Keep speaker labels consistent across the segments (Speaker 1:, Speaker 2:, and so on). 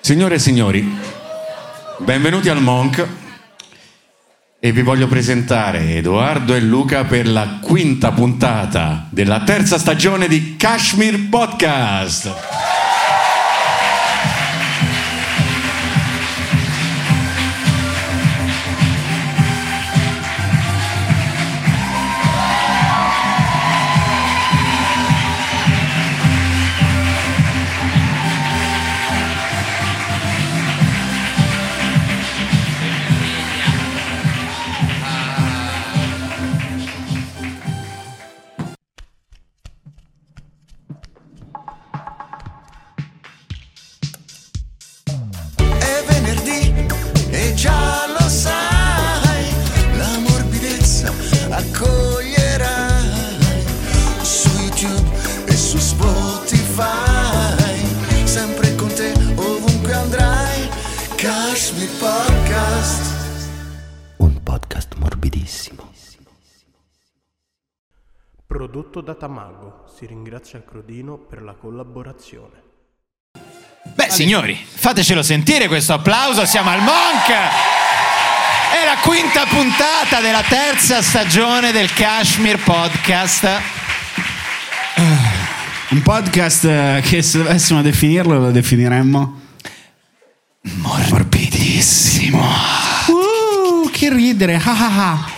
Speaker 1: Signore e signori, benvenuti al Monk e vi voglio presentare Edoardo e Luca per la quinta puntata della terza stagione di Kashmir Podcast.
Speaker 2: È venerdì e già lo sai, la morbidezza accoglierai su YouTube e su Spotify, sempre con te ovunque andrai, Kashmir Podcast.
Speaker 3: Un podcast morbidissimo.
Speaker 4: Prodotto da Tamago, si ringrazia Crodino per la collaborazione.
Speaker 5: Beh, signori, fatecelo sentire questo applauso. Siamo al Monk. È la quinta puntata della terza stagione del Kashmir Podcast.
Speaker 6: Un podcast eh, che se dovessimo definirlo lo definiremmo.
Speaker 5: Morbidissimo.
Speaker 6: Uh, che ridere! ah, ah, ah.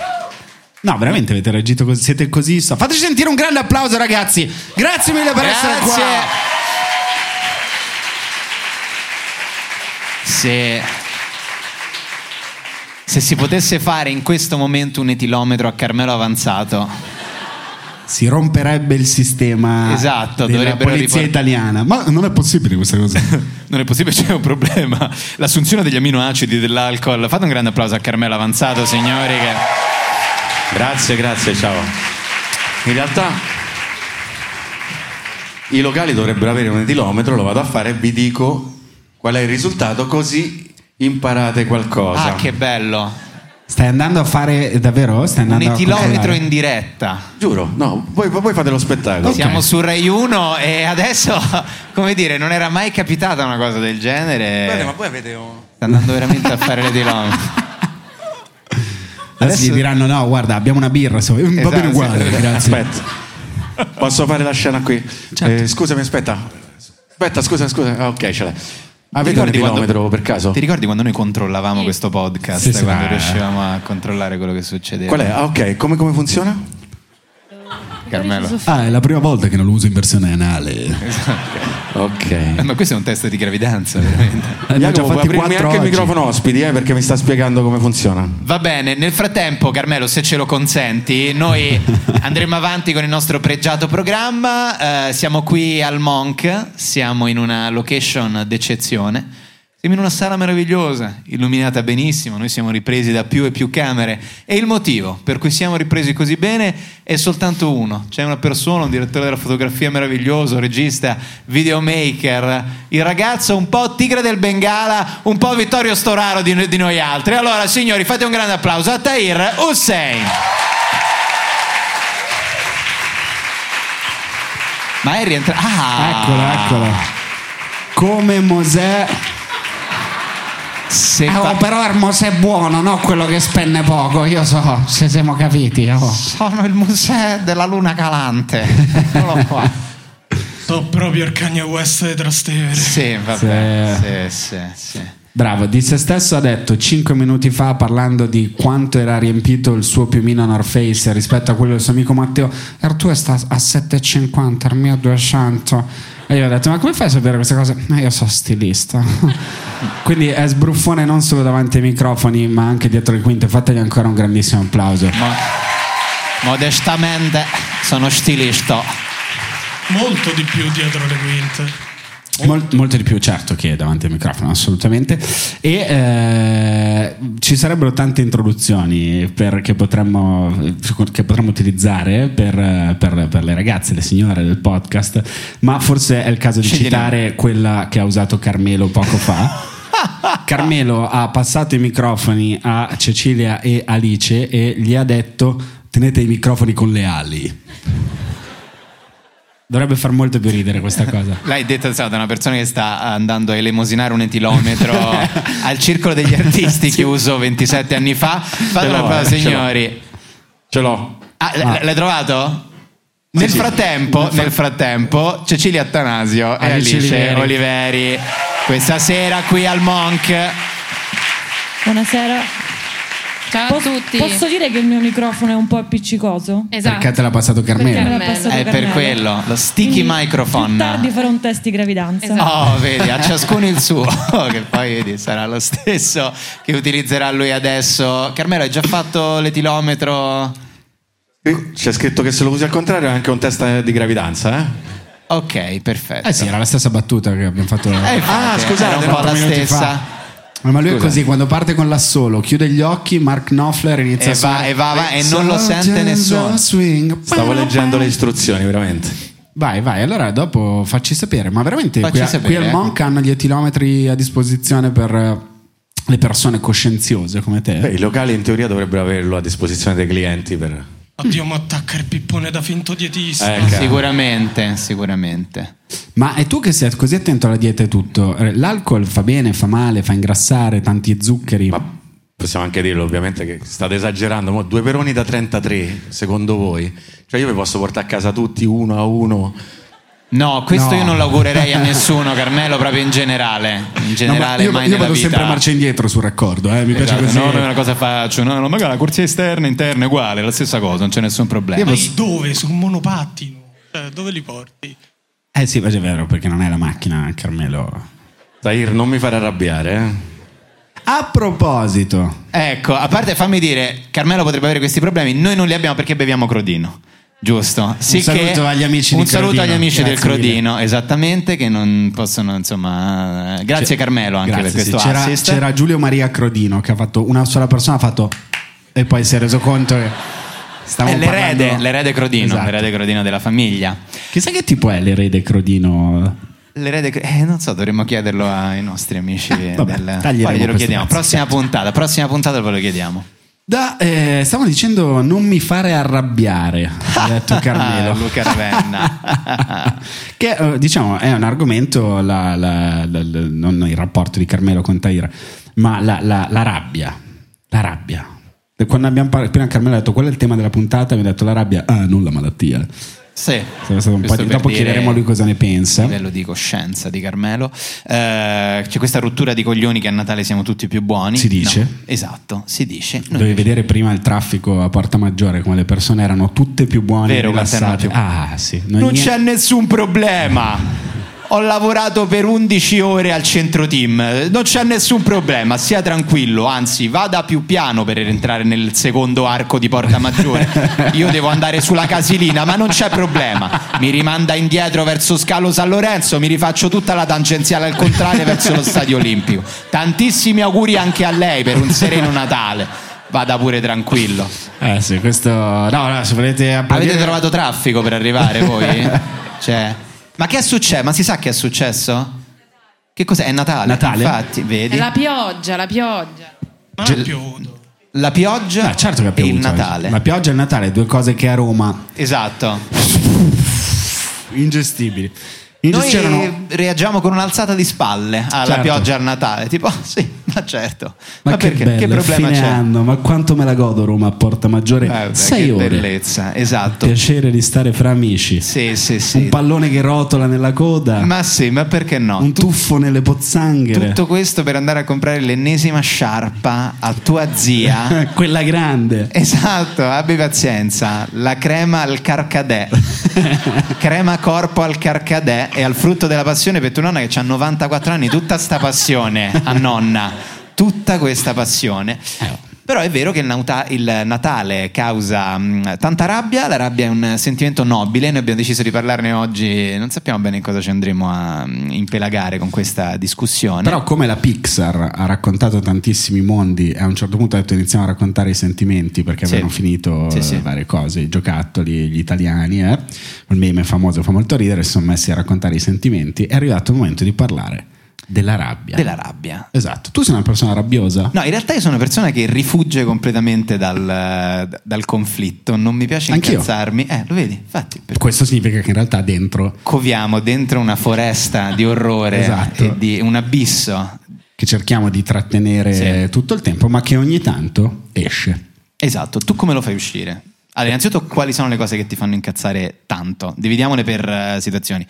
Speaker 6: No, veramente avete reagito così. Siete così. so- Fateci sentire un grande applauso, ragazzi. Grazie mille per essere qua.
Speaker 5: Grazie. Se, se si potesse fare in questo momento un etilometro a Carmelo Avanzato.
Speaker 6: Si romperebbe il sistema
Speaker 5: Esatto,
Speaker 6: della
Speaker 5: dovrebbero
Speaker 6: polizia
Speaker 5: ripor-
Speaker 6: italiana. Ma non è possibile questa cosa.
Speaker 5: Non è possibile, c'è un problema. L'assunzione degli aminoacidi e dell'alcol. Fate un grande applauso a Carmelo Avanzato, signori. Che...
Speaker 1: Grazie, grazie, ciao. In realtà i locali dovrebbero avere un etilometro, lo vado a fare e vi dico qual è il risultato così imparate qualcosa.
Speaker 5: Ah, che bello!
Speaker 6: Stai andando a fare davvero? Stai
Speaker 5: Un
Speaker 6: andando a
Speaker 5: etilometro
Speaker 6: controllare?
Speaker 5: in diretta.
Speaker 1: Giuro, no, voi, voi fate lo spettacolo.
Speaker 6: Ok.
Speaker 5: Siamo su Rai 1 e adesso, come dire, non era mai capitata una cosa del genere.
Speaker 7: Guarda, ma poi avete un...
Speaker 5: Sta andando veramente a fare l'etilometro.
Speaker 6: Adesso gli
Speaker 5: Adesso-
Speaker 6: diranno: no, guarda, abbiamo una birra. se- Va
Speaker 5: Esatto,
Speaker 6: bene uguale.
Speaker 5: sì.
Speaker 6: Grazie. Certo.
Speaker 1: Aspetta, posso fare la scena qui? Eh, scusami, aspetta. Aspetta, scusa, scusa. Ah, ok, ce l'hai. Avete un etilometro per caso? Ah.
Speaker 5: Ti ricordi quando noi controllavamo questo podcast?
Speaker 6: Sì, sì,
Speaker 5: quando
Speaker 6: ma-
Speaker 5: riuscivamo a controllare quello che succedeva?
Speaker 1: Qual è? Ah, ok, come, come funziona?
Speaker 5: Carmelo.
Speaker 6: Ah, è la prima volta che non lo uso in versione anale.
Speaker 5: Esatto.
Speaker 1: Ok.
Speaker 5: Eh, Ma questo è un test di gravidanza, veramente.
Speaker 6: Eh,
Speaker 1: Jacopo, puoi aprirmi anche il
Speaker 6: oggi.
Speaker 1: microfono ospiti, eh, perché mi sta spiegando come funziona.
Speaker 5: Va bene, nel frattempo, Carmelo, se ce lo consenti, noi andremo avanti con il nostro pregiato programma. Eh, siamo qui al Monk, siamo in una location d'eccezione. Siamo in una sala meravigliosa, illuminata benissimo, noi siamo ripresi da più e più camere e il motivo per cui siamo ripresi così bene è soltanto uno, c'è una persona, un direttore della fotografia meraviglioso, regista, videomaker, il ragazzo un po' tigre del Bengala, un po' Vittorio Storaro di, di noi altri. Allora signori fate un grande applauso a Tahir Hussein. Ma è rientrato... Ah,
Speaker 6: Eccolo, eccolo. Come Mosè.
Speaker 5: Se
Speaker 8: Eh,
Speaker 5: fa-
Speaker 8: oh, però il Mosè è buono, no quello che spende poco, io so, se siamo capiti. oh.
Speaker 5: Sono il museo della luna calante. Eccolo qua.
Speaker 4: So proprio il Kanye West di Trastevere.
Speaker 5: Sì, vabbè. Sì, sì, sì.
Speaker 6: Bravo, di se stesso ha detto 5 minuti fa parlando di quanto era riempito il suo piumino North Face rispetto a quello del suo amico Matteo.
Speaker 8: Il tuo sta a 7,50, il mio 200.
Speaker 6: E io ho detto, ma come fai a sapere queste cose? "Eh, io sono stilista. Quindi è sbruffone non solo davanti ai microfoni, ma anche dietro le quinte. Fategli ancora un grandissimo applauso.
Speaker 5: Mo- modestamente sono stilista.
Speaker 4: Molto di più dietro le quinte.
Speaker 6: Mol- molto di più, certo, che davanti al microfono, assolutamente. E eh, ci sarebbero tante introduzioni per- che, potremmo, che potremmo utilizzare per, eh, per- per le ragazze, le signore del podcast, ma forse è il caso di
Speaker 5: Scegliene
Speaker 6: citare quella che ha usato Carmelo poco fa. Carmelo ha passato i microfoni a Cecilia e Alice e gli ha detto tenete i microfoni con le ali. Dovrebbe far molto più ridere questa cosa.
Speaker 5: L'hai detto insomma, da una persona che sta andando a elemosinare un etilometro al circolo degli artisti chiuso 27 anni fa. Fate
Speaker 1: l'ho,
Speaker 5: una cosa,
Speaker 1: eh, ce l'ho.
Speaker 5: signori.
Speaker 1: Ce l'ho.
Speaker 5: Ah, l- l'hai trovato? Nel
Speaker 1: sì.
Speaker 5: frattempo, nel frattempo, Cecilia Attanasio e
Speaker 6: Alice
Speaker 5: Alice
Speaker 6: Oliveri.
Speaker 5: Oliveri. questa sera qui al Monk.
Speaker 7: Buonasera.
Speaker 9: Ciao
Speaker 7: Po-
Speaker 9: a tutti.
Speaker 7: Posso dire che il mio microfono è un po' appiccicoso?
Speaker 9: Esatto.
Speaker 6: Perché te l'ha passato
Speaker 9: Perché
Speaker 6: Carmelo?
Speaker 9: me
Speaker 7: Me
Speaker 9: l'ha
Speaker 7: l'ha passato
Speaker 5: È per
Speaker 7: Carmelo.
Speaker 5: quello, lo sticky
Speaker 7: Quindi,
Speaker 5: microphone.
Speaker 7: Più tardi farò un test di gravidanza.
Speaker 9: Esatto.
Speaker 5: Oh, vedi, a ciascuno il suo, che poi vedi, sarà lo stesso che utilizzerà lui adesso. Carmelo, hai già fatto l'etilometro?
Speaker 1: Qui C'è scritto che se lo usi al contrario è anche un test di gravidanza, eh?
Speaker 5: Ok, perfetto.
Speaker 6: Eh sì, era la stessa battuta che abbiamo fatto.
Speaker 5: Eh, infatti,
Speaker 1: Ah, scusate,
Speaker 5: era un po'
Speaker 1: quattro
Speaker 5: la
Speaker 6: minuti
Speaker 5: stessa.
Speaker 6: Ma ma lui è così, quando parte con l'assolo, chiude gli occhi, Mark Knopfler
Speaker 5: E
Speaker 6: inizia a
Speaker 5: va,
Speaker 6: suonare-
Speaker 5: e va, va, e non lo sente nessuno.
Speaker 6: Swing.
Speaker 1: Stavo leggendo le istruzioni, veramente.
Speaker 6: Vai, vai, allora dopo facci sapere. Ma veramente
Speaker 5: Facci
Speaker 6: qui, a-
Speaker 5: sapere,
Speaker 6: qui al
Speaker 5: eh.
Speaker 6: Monk hanno gli etilometri a disposizione per eh, le persone coscienziose come te.
Speaker 1: Beh, i locali in teoria dovrebbero averlo a disposizione dei clienti per...
Speaker 10: Oddio, ma attacca il pippone da finto dietista.
Speaker 5: Ecco.
Speaker 1: Eh, cavolo.
Speaker 5: Sicuramente, sicuramente.
Speaker 6: Ma è tu che sei così attento alla dieta e tutto? Eh, L'alcol fa bene, fa male, fa ingrassare, tanti zuccheri.
Speaker 1: Ma possiamo anche dirlo, ovviamente, che state esagerando. Mo, due peroni da 33, secondo voi? Cioè, io vi posso portare a casa tutti uno a uno.
Speaker 5: No, questo
Speaker 6: No.
Speaker 5: io non lo augurerei a nessuno, Carmelo, proprio in generale. In
Speaker 6: No, ma
Speaker 5: generale,
Speaker 6: io,
Speaker 5: mai
Speaker 6: io
Speaker 5: nella
Speaker 6: vado
Speaker 5: vita.
Speaker 6: sempre a marcia indietro sul raccordo, eh, mi piace
Speaker 5: Esatto,
Speaker 6: così.
Speaker 5: No, non è una cosa faccio, no, no, magari la corsia esterna, interna è uguale, è la stessa cosa, non c'è nessun problema.
Speaker 10: Ma dove? Su un monopattino? Cioè, dove li porti?
Speaker 6: Eh sì, ma è vero, perché non è la macchina, Carmelo.
Speaker 1: Tahir, non mi far arrabbiare, eh?
Speaker 6: A proposito,
Speaker 5: Ecco, a parte fammi dire, Carmelo potrebbe avere questi problemi, noi non li abbiamo perché beviamo Crodino. Giusto, sì
Speaker 6: saluto
Speaker 5: che-
Speaker 6: agli amici
Speaker 5: un
Speaker 6: di
Speaker 5: saluto
Speaker 6: Crodino.
Speaker 5: agli amici del
Speaker 6: Grazie mille.
Speaker 5: Crodino, esattamente, che non possono, insomma, eh, grazie
Speaker 6: C'è-
Speaker 5: Carmelo anche
Speaker 6: Cioè, grazie,
Speaker 5: per questo
Speaker 6: sì, c'era,
Speaker 5: assist.
Speaker 6: c'era Giulio Maria Crodino che ha fatto una sola persona, ha fatto e poi si è reso conto che stavamo
Speaker 5: Eh, l'erede,
Speaker 6: parlando-
Speaker 5: l'erede Crodino,
Speaker 6: Esatto.
Speaker 5: l'erede Crodino della famiglia.
Speaker 6: Chissà che tipo è l'erede Crodino.
Speaker 5: L'erede, eh, non so, dovremmo chiederlo ai nostri amici.
Speaker 6: vabbè,
Speaker 5: del-
Speaker 6: taglieremo
Speaker 5: poi glielo
Speaker 6: questo
Speaker 5: chiediamo.
Speaker 6: pezzo.
Speaker 5: Prossima puntata, prossima puntata ve lo chiediamo.
Speaker 6: Da, eh, stavo dicendo non mi fare arrabbiare, ha detto Carmelo.
Speaker 5: Ah, Luca Ravenna.
Speaker 6: che eh, diciamo è un argomento, la- la- la- la- non il rapporto di Carmelo con Taira, ma la, la- la rabbia. La rabbia. E Quando abbiamo par- appena Carmelo ha detto qual è il tema della puntata, mi ha detto la rabbia, ah, non la malattia.
Speaker 5: Sì.
Speaker 6: Sarebbe stato un po'
Speaker 5: Questo
Speaker 6: di-
Speaker 5: per
Speaker 6: Dopo
Speaker 5: dire
Speaker 6: chiederemo a lui cosa ne pensa.
Speaker 5: il livello di coscienza di Carmelo. Eh, c'è questa rottura di coglioni che a Natale siamo tutti più buoni.
Speaker 6: Si dice.
Speaker 5: No, esatto, si dice. Noi
Speaker 6: Dovevi vedere prima il traffico a Porta Maggiore, come le persone erano tutte più buone,
Speaker 5: Vero, quante
Speaker 6: rilassate.
Speaker 5: erano
Speaker 6: Ah, sì.
Speaker 5: Non
Speaker 6: niente-
Speaker 5: c'è nessun problema. Ho lavorato per 11 ore al centro team, non c'è nessun problema, sia tranquillo, anzi vada più piano per entrare nel secondo arco di Porta Maggiore. Io devo andare sulla casilina, ma non c'è problema. Mi rimanda indietro verso Scalo San Lorenzo, mi rifaccio tutta la tangenziale al contrario verso lo Stadio Olimpico. Tantissimi auguri anche a lei per un sereno Natale. Vada pure tranquillo.
Speaker 6: Eh sì, questo... No, no, se volete applaudire...
Speaker 5: Avete trovato traffico per arrivare voi? cioè, ma che è successo? Ma si sa che è successo? Che cos'è? È Natale.
Speaker 6: Natale?
Speaker 5: Infatti,
Speaker 9: È
Speaker 5: vedi?
Speaker 9: la pioggia, la pioggia.
Speaker 10: Ma non è piovuto.
Speaker 5: La pioggia
Speaker 6: Ah, certo che ha
Speaker 5: e
Speaker 6: piovuto
Speaker 5: il
Speaker 6: oggi.
Speaker 5: Natale.
Speaker 6: La pioggia e il Natale, due cose che a Roma
Speaker 5: Esatto.
Speaker 6: ingestibili.
Speaker 5: Noi
Speaker 6: Ingest- c'erano-
Speaker 5: reagiamo con un'alzata di spalle alla
Speaker 6: Certo.
Speaker 5: pioggia al Natale. Tipo, "Ah, sì, ma certo.
Speaker 6: Ma, che,
Speaker 5: perché?
Speaker 6: bello,
Speaker 5: che problema
Speaker 6: fine
Speaker 5: c'è?
Speaker 6: anno, ma quanto me la godo Roma a Porta Maggiore?
Speaker 5: Eh, beh,
Speaker 6: Sei
Speaker 5: che
Speaker 6: ore.
Speaker 5: bellezza, esatto.
Speaker 6: Piacere di stare fra amici.
Speaker 5: Sì, sì, sì.
Speaker 6: Un pallone che rotola nella coda.
Speaker 5: ma sì, ma perché no?
Speaker 6: un tuffo nelle pozzanghere.
Speaker 5: Tutto questo per andare a comprare l'ennesima sciarpa a tua zia
Speaker 6: Quella grande.
Speaker 5: Esatto, abbi pazienza. La crema al carcadè. crema corpo al carcadè e al frutto della passione per tua nonna che ha 94 anni, tutta sta passione a nonna, tutta questa passione. Però è vero che il, nauta- il Natale causa mh, tanta rabbia, la rabbia è un sentimento nobile, noi abbiamo deciso di parlarne oggi, non sappiamo bene in cosa ci andremo a mh, impelagare con questa discussione.
Speaker 6: Però come la Pixar ha raccontato tantissimi mondi, a un certo punto ha detto iniziamo a raccontare i sentimenti perché
Speaker 5: Sì.
Speaker 6: avevano finito
Speaker 5: Sì,
Speaker 6: eh,
Speaker 5: sì.
Speaker 6: varie cose, i giocattoli, gli italiani, eh. il meme famoso fa molto ridere, si sono messi a raccontare i sentimenti, è arrivato il momento di parlare Della rabbia.
Speaker 5: Della rabbia.
Speaker 6: Esatto. Tu sei una persona rabbiosa?
Speaker 5: No, in realtà io sono una persona che rifugge completamente dal, dal conflitto, non mi piace
Speaker 6: Anch'io.
Speaker 5: incazzarmi. Eh, lo vedi, infatti, per-
Speaker 6: Questo significa che in realtà dentro
Speaker 5: coviamo dentro una foresta di orrore
Speaker 6: Esatto.
Speaker 5: e di un abisso.
Speaker 6: che cerchiamo di trattenere
Speaker 5: Sì.
Speaker 6: tutto il tempo, ma che ogni tanto esce.
Speaker 5: Esatto, tu come lo fai uscire? Allora, innanzitutto, quali sono le cose che ti fanno incazzare tanto? Dividiamole per eh, situazioni.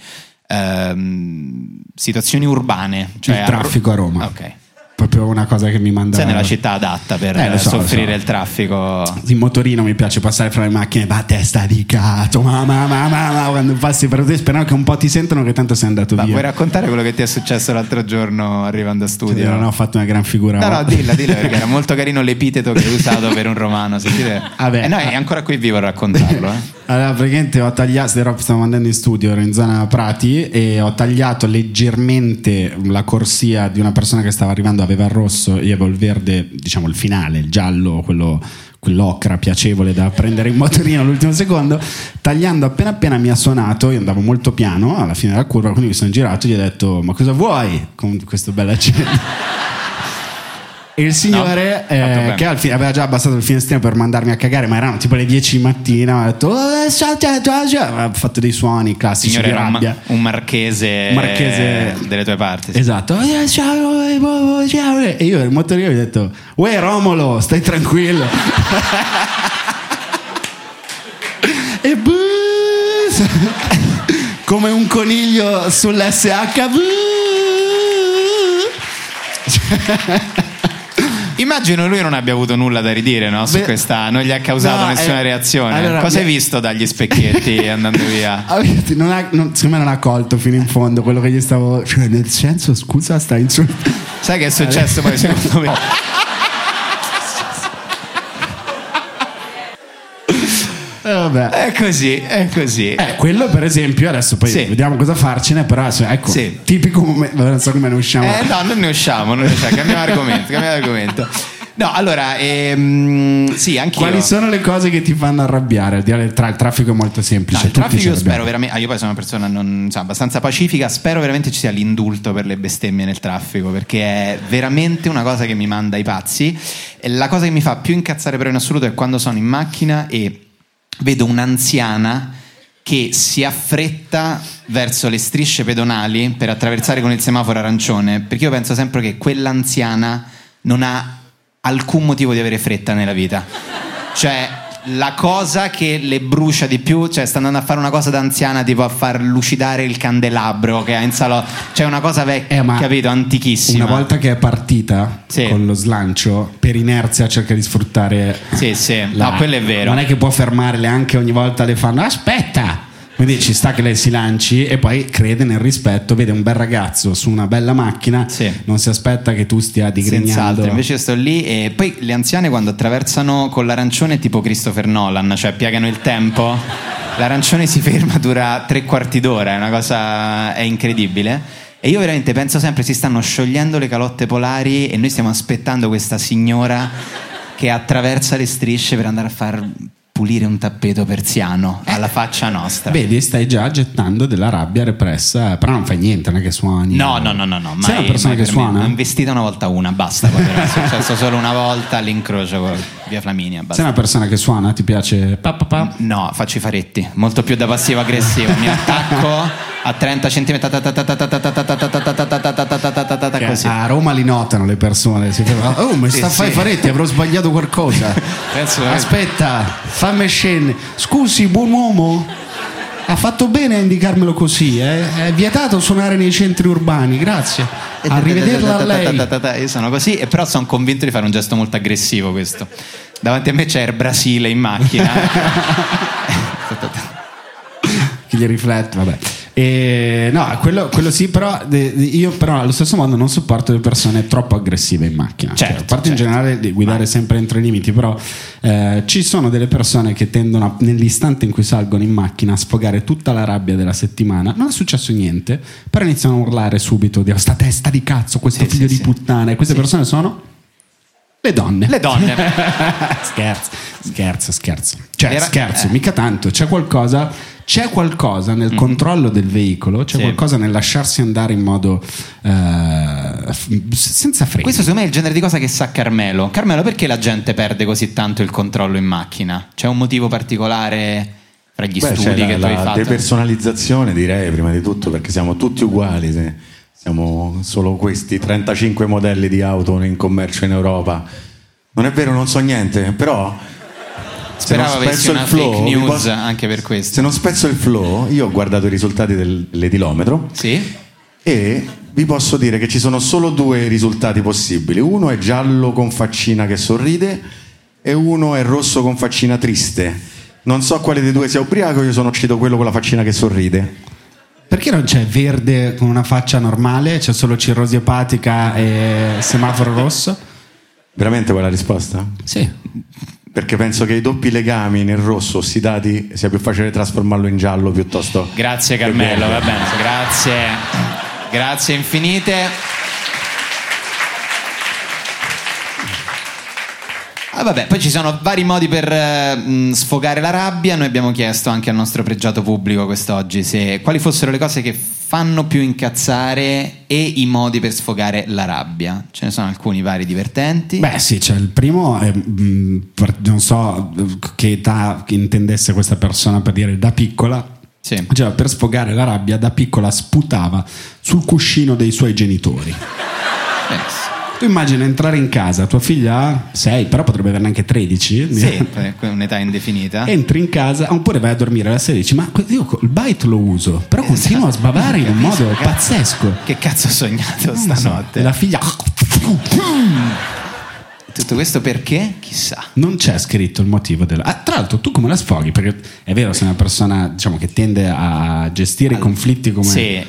Speaker 5: Ehm, situazioni urbane, cioè
Speaker 6: il traffico a Roma.
Speaker 5: Ok.
Speaker 6: Proprio una cosa che mi manda...
Speaker 5: Sei nella città adatta per
Speaker 6: Eh, lo so, lo
Speaker 5: soffrire
Speaker 6: so.
Speaker 5: il traffico.
Speaker 6: In motorino mi piace passare fra le macchine, va testa di cazzo, ma ma ma ma ma, quando passi per te speravo che un po' ti sentono che tanto sei andato
Speaker 5: Ma
Speaker 6: via.
Speaker 5: vuoi raccontare quello che ti è successo l'altro giorno arrivando a studio?
Speaker 6: non ho fatto una gran figura.
Speaker 5: No, no, dilla, dilla perché era molto carino l'epiteto che hai usato per un romano. Sentite,
Speaker 6: Vabbè.
Speaker 5: Eh, no, è ancora qui vivo a raccontarlo. eh.
Speaker 6: Allora, praticamente ho tagliato, se ero- stavo andando in studio, ero in zona Prati e ho tagliato leggermente la corsia di una persona che stava arrivando, aveva il rosso, io avevo il verde, diciamo il finale, il giallo, quello, quell'ocra piacevole da prendere in motorino all'ultimo secondo. Tagliando appena appena mi ha suonato, io andavo molto piano alla fine della curva, quindi mi sono girato e gli ho detto ma cosa vuoi con questo bel accento? E il signore,
Speaker 5: fatto
Speaker 6: eh,
Speaker 5: bene.
Speaker 6: che al fi- aveva già abbassato il finestrino per mandarmi a cagare, ma erano tipo le 10 di mattina, ha detto, "Oh, eh, ciao, ciao, ciao, ciao", aveva fatto dei suoni classici
Speaker 5: Signore,
Speaker 6: di
Speaker 5: era un,
Speaker 6: rabbia.
Speaker 5: ma- un marchese,
Speaker 6: Marchese-
Speaker 5: delle tue parti. sì.
Speaker 6: Esatto, "Oh, eh, ciao, eh, boh, boh, ciao, eh". e io il motorino gli ho detto, uè Romolo, stai tranquillo. e bus, come un coniglio sull'SH. bus.
Speaker 5: Immagino lui non abbia avuto nulla da ridire no? su
Speaker 6: Beh-
Speaker 5: questa, non gli ha causato
Speaker 6: No,
Speaker 5: nessuna
Speaker 6: eh,
Speaker 5: reazione.
Speaker 6: allora, Ah,
Speaker 5: Cosa
Speaker 6: mi-
Speaker 5: hai visto dagli specchietti andando via?
Speaker 6: Avete- non ha- non- secondo me non ha colto fino in fondo quello che gli stavo. Cioè, nel senso, scusa, stai insultando.
Speaker 5: Sai che è successo poi secondo me?
Speaker 6: Eh, vabbè.
Speaker 5: È così, è così.
Speaker 6: Eh, quello per esempio, adesso poi
Speaker 5: Sì.
Speaker 6: vediamo cosa farcene, però adesso, ecco,
Speaker 5: Sì.
Speaker 6: tipico momento, non so come ne usciamo.
Speaker 5: Eh no, non ne usciamo, non ne usciamo. cambiamo argomento, cambiamo argomento. No, allora, ehm, sì, anche
Speaker 6: Quali sono le cose che ti fanno arrabbiare? Al di là del tra- il traffico è molto semplice.
Speaker 5: il
Speaker 6: tutti
Speaker 5: traffico
Speaker 6: ci
Speaker 5: io spero
Speaker 6: arrabbiamo.
Speaker 5: veramente, ah, io poi sono una persona non- insomma, abbastanza pacifica, spero veramente ci sia l'indulto per le bestemmie nel traffico, perché è veramente una cosa che mi manda ai pazzi. E La cosa che mi fa più incazzare però in assoluto è quando sono in macchina e vedo un'anziana che si affretta verso le strisce pedonali per attraversare con il semaforo arancione, perché io penso sempre che quell'anziana non ha alcun motivo di avere fretta nella vita. Cioè, la cosa che le brucia di più, cioè sta andando a fare una cosa da anziana, tipo a far lucidare il candelabro che ha in salotto, cioè una cosa vecchia,
Speaker 6: Eh, ma
Speaker 5: capito, antichissima.
Speaker 6: Una volta che è partita
Speaker 5: Sì.
Speaker 6: con lo slancio, per inerzia cerca di sfruttare.
Speaker 5: Sì, sì,
Speaker 6: la-
Speaker 5: no, quello è vero.
Speaker 6: Non è che può fermarle anche ogni volta le fanno aspetta. Quindi ci sta che lei si lanci e poi crede nel rispetto, vede un bel ragazzo su una bella macchina,
Speaker 5: Sì.
Speaker 6: non si aspetta che tu stia digrignando.
Speaker 5: Senz'altro, invece sto lì e poi le anziane quando attraversano con l'arancione è tipo Christopher Nolan, cioè piegano il tempo, l'arancione si ferma, dura tre quarti d'ora, è una cosa è incredibile. E io veramente penso sempre si stanno sciogliendo le calotte polari e noi stiamo aspettando questa signora che attraversa le strisce per andare a far pulire un tappeto persiano alla faccia nostra.
Speaker 6: Vedi, stai già gettando della rabbia repressa, però non fai niente, non è che suoni.
Speaker 5: No, no, no, no, no.
Speaker 6: Sei
Speaker 5: mai-
Speaker 6: una persona
Speaker 5: mai
Speaker 6: che
Speaker 5: per me.
Speaker 6: suona?
Speaker 5: Ho investito una volta una, basta. poi però è successo solo una volta all'incrocio con via Flaminia.
Speaker 6: Sei
Speaker 5: Basta.
Speaker 6: una persona che suona, ti piace... pa, pa, pa?
Speaker 5: No, faccio i faretti, molto più da passivo aggressivo. Mi attacco a 30 cm.
Speaker 6: Che
Speaker 5: Così.
Speaker 6: Eh, A Roma li notano le persone, si fanno, oh ma
Speaker 5: Sì,
Speaker 6: sta a fare
Speaker 5: sì.
Speaker 6: faretti, avrò sbagliato qualcosa.
Speaker 5: Penso veramente.
Speaker 6: Aspetta, fammi scendere. Scusi, buon uomo, ha fatto bene a indicarmelo così, eh? è vietato suonare nei centri urbani, grazie. Arrivederla a lei.
Speaker 5: Io sono così, e però sono convinto di fare un gesto molto aggressivo questo. Davanti a me c'è il Brasile in macchina.
Speaker 6: Chi gli riflette, vabbè. E, no, quello, quello sì, però de- io però allo stesso modo non sopporto le persone troppo aggressive in macchina. Cioè,
Speaker 5: Certo,
Speaker 6: a parte in
Speaker 5: certo.
Speaker 6: generale di guidare sempre entro i limiti, però eh, ci sono delle persone che tendono a- nell'istante in cui salgono in macchina a sfogare tutta la rabbia della settimana. Non è successo niente, però iniziano a urlare subito di "Oh, sta testa di cazzo, questo
Speaker 5: Sì,
Speaker 6: figlio
Speaker 5: sì,
Speaker 6: di
Speaker 5: sì.
Speaker 6: puttana. E queste persone sono le donne.
Speaker 5: Le donne.
Speaker 6: scherzo, scherzo, scherzo. Cioè,
Speaker 5: Era-
Speaker 6: scherzo,
Speaker 5: eh. Mm.
Speaker 6: mica tanto. C'è qualcosa, c'è qualcosa nel controllo del veicolo, c'è
Speaker 5: Sì.
Speaker 6: qualcosa nel lasciarsi andare in modo eh, f- senza freni.
Speaker 5: Questo secondo me è il genere di cosa che sa Carmelo. Carmelo, perché la gente perde così tanto il controllo in macchina? C'è un motivo particolare fra gli
Speaker 1: Beh,
Speaker 5: studi
Speaker 1: c'è
Speaker 5: che
Speaker 1: la,
Speaker 5: tu hai
Speaker 1: la
Speaker 5: fatto?
Speaker 1: depersonalizzazione direi prima di tutto perché siamo tutti uguali se- siamo solo questi 35 modelli di auto in commercio in Europa non è vero non so niente però se non
Speaker 5: Speravo avessi
Speaker 1: spezzo
Speaker 5: una
Speaker 1: il flow,
Speaker 5: fake
Speaker 1: mi
Speaker 5: news
Speaker 1: posso-
Speaker 5: anche per questo.
Speaker 1: se non spezzo il flow io ho guardato i risultati del- dell'etilometro
Speaker 5: Sì?
Speaker 1: e vi posso dire che ci sono solo due risultati possibili uno è giallo con faccina che sorride e uno è rosso con faccina triste non so quale dei due sia ubriaco io sono uscito quello con la faccina che sorride
Speaker 6: Perché non c'è verde con una faccia normale, c'è solo cirrosi epatica e semaforo rosso?
Speaker 1: Veramente quella risposta?
Speaker 6: Sì.
Speaker 1: Perché penso che i doppi legami nel rosso ossidati sia più facile trasformarlo in giallo piuttosto.
Speaker 5: Grazie
Speaker 1: che
Speaker 5: Carmelo,
Speaker 1: verde.
Speaker 5: va bene, grazie. Grazie infinite. Ah, vabbè, poi ci sono vari modi per eh, mh, sfogare la rabbia. Noi abbiamo chiesto anche al nostro pregiato pubblico quest'oggi se, quali fossero le cose che fanno più incazzare e i modi per sfogare la rabbia. Ce ne sono alcuni vari divertenti.
Speaker 6: Beh, sì, cioè il primo, è, mm, per- non so eh, che età intendesse questa persona per dire da piccola.
Speaker 5: Sì.
Speaker 6: Cioè, per sfogare la rabbia, da piccola sputava sul cuscino dei suoi genitori. Tu immagini entrare in casa, tua figlia ha 6, però potrebbe averne anche 13.
Speaker 5: sì, eh, un'età indefinita.
Speaker 6: Entri in casa, oppure vai a dormire alla sera e dici: Ma que- io co- il bite lo uso, però continuo a sbavare in un modo pazzesco.
Speaker 5: Che Esatto. cazzo ho sognato
Speaker 6: Non so,
Speaker 5: stanotte?
Speaker 6: La figlia.
Speaker 5: Tutto questo perché? Chissà.
Speaker 6: Non c'è scritto il motivo della. Ah, tra l'altro, tu come la sfoghi? Perché è vero, sei una persona diciamo, che tende a gestire i conflitti come.
Speaker 5: Sì, eh,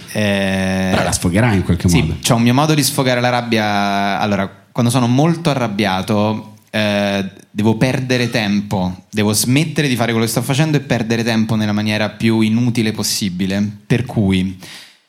Speaker 6: Però la sfogherai in qualche modo.
Speaker 5: sì c'è un mio modo di sfogare la rabbia. Allora, quando sono molto arrabbiato, eh, devo perdere tempo, devo smettere di fare quello che sto facendo e perdere tempo nella maniera più inutile possibile. Per cui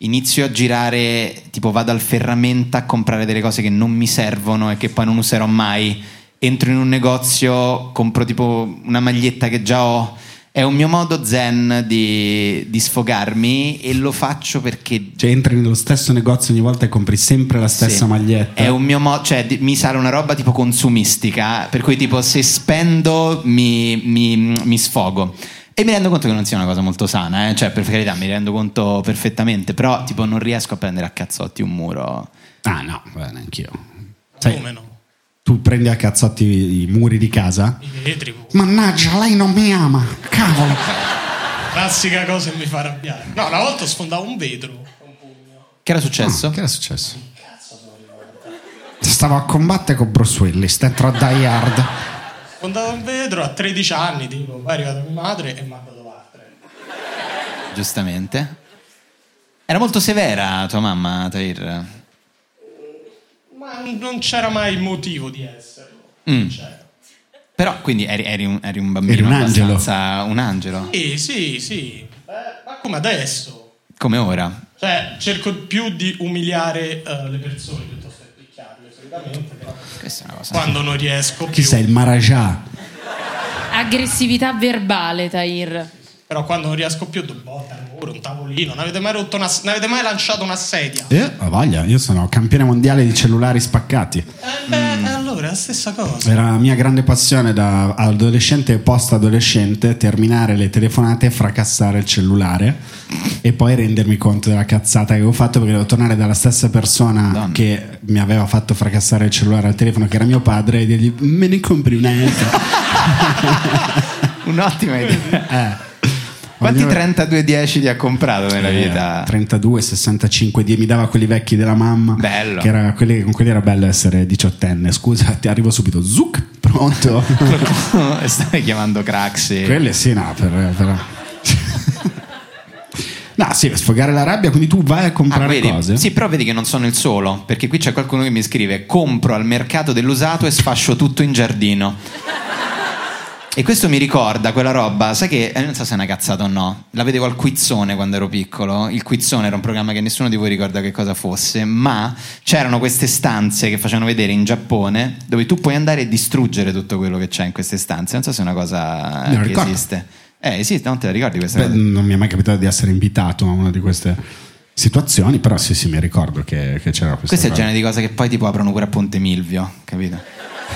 Speaker 5: inizio a girare, tipo vado al ferramenta a comprare delle cose che non mi servono e che poi non userò mai. Entro in un negozio, compro tipo una maglietta che già ho. È un mio modo zen di, di sfogarmi e lo faccio perché
Speaker 6: Cioè, entri nello stesso negozio ogni volta e compri sempre la stessa
Speaker 5: sì.
Speaker 6: maglietta.
Speaker 5: È un mio mo- cioè di- mi sale una roba tipo consumistica, per cui tipo se spendo mi, mi- mi sfogo. E mi rendo conto che non sia una cosa molto sana, eh, cioè per carità mi rendo conto perfettamente, però tipo non riesco a prendere a cazzotti un muro.
Speaker 6: Ah, no, beh, neanch'io. Sai,
Speaker 10: Come no?
Speaker 6: tu prendi a cazzotti i muri di casa?
Speaker 10: I vetri, pure.
Speaker 8: Mannaggia, lei non mi ama. Cavolo.
Speaker 10: classica cosa che mi fa arrabbiare. No, una volta sfondavo un vetro.
Speaker 5: Che era successo?
Speaker 6: Ah, Che era successo?
Speaker 8: Stavo a combattere con Bruce Willis dentro a Die Hard.
Speaker 10: Sfondavo un vetro a 13 anni, tipo, poi è arrivata mia madre e mi ha dato l'altra.
Speaker 5: Giustamente. Era molto severa tua mamma, Tahir.
Speaker 10: Ma non c'era mai motivo di esserlo.
Speaker 5: Mm.
Speaker 10: Cioè,
Speaker 5: Però quindi eri, eri un, eri un bambino
Speaker 6: Eri un angelo.
Speaker 5: abbastanza un angelo,
Speaker 10: sì, sì, sì. Eh, ma come adesso?
Speaker 5: come ora.
Speaker 10: Cioè, cerco più di umiliare eh, le persone piuttosto che picchiarle, solitamente. però
Speaker 5: Questa è una cosa.
Speaker 10: Quando non riesco
Speaker 6: Chi
Speaker 10: più,
Speaker 6: sei? Il Marajà?
Speaker 9: Aggressività verbale, Tahir.
Speaker 10: però quando non riesco più, do botta al muro, un tavolino. Non avete mai rotto una, non avete mai lanciato una sedia?
Speaker 6: Eh, ho voglia, io sono campione mondiale di cellulari spaccati.
Speaker 10: Eh, beh,
Speaker 5: Mm.
Speaker 10: allora è la stessa cosa.
Speaker 6: Era la mia grande passione da adolescente e post-adolescente terminare le telefonate e fracassare il cellulare e poi rendermi conto della cazzata che avevo fatto perché devo tornare dalla stessa persona
Speaker 5: Madonna.
Speaker 6: che mi aveva fatto fracassare il cellulare al telefono, che era mio padre, e dirgli me ne compri un'altra.
Speaker 5: Un'ottima idea. Eh. Quanti
Speaker 6: Ognuno-
Speaker 5: 3210 ti ha comprato nella vita?
Speaker 6: 32, 65, die- mi dava quelli vecchi della mamma.
Speaker 5: Bello.
Speaker 6: Che era, quelli, con quelli era bello essere diciottenne. Scusa, ti arrivo subito. Zuc, pronto.
Speaker 5: Stai chiamando Craxi.
Speaker 6: Quelle Eh, sì, no, per, però. no, sì, per sfogare la rabbia, quindi tu vai a
Speaker 5: Ah,
Speaker 6: comprare
Speaker 5: vedi?
Speaker 6: cose.
Speaker 5: Sì, però vedi che non sono il solo, perché qui c'è qualcuno che mi scrive: compro al mercato dell'usato e sfascio tutto in giardino. E questo mi ricorda quella roba, sai che eh, non so se è una cazzata o no. La vedevo al Quizzone quando ero piccolo. Il Quizzone era un programma che nessuno di voi ricorda che cosa fosse, ma c'erano queste stanze che facevano vedere in Giappone dove tu puoi andare e distruggere tutto quello che c'è in queste stanze. Non so se è una cosa eh,
Speaker 6: Me lo
Speaker 5: che
Speaker 6: ricordo.
Speaker 5: esiste. Eh, esiste, non te la ricordi questa
Speaker 6: Beh,
Speaker 5: cosa?
Speaker 6: non mi è mai capitato di essere invitato a una di queste situazioni, però sì, sì, mi ricordo che, che c'era questa
Speaker 5: Questo è il
Speaker 6: cosa.
Speaker 5: genere di cose che poi tipo aprono pure a Ponte Milvio, capito?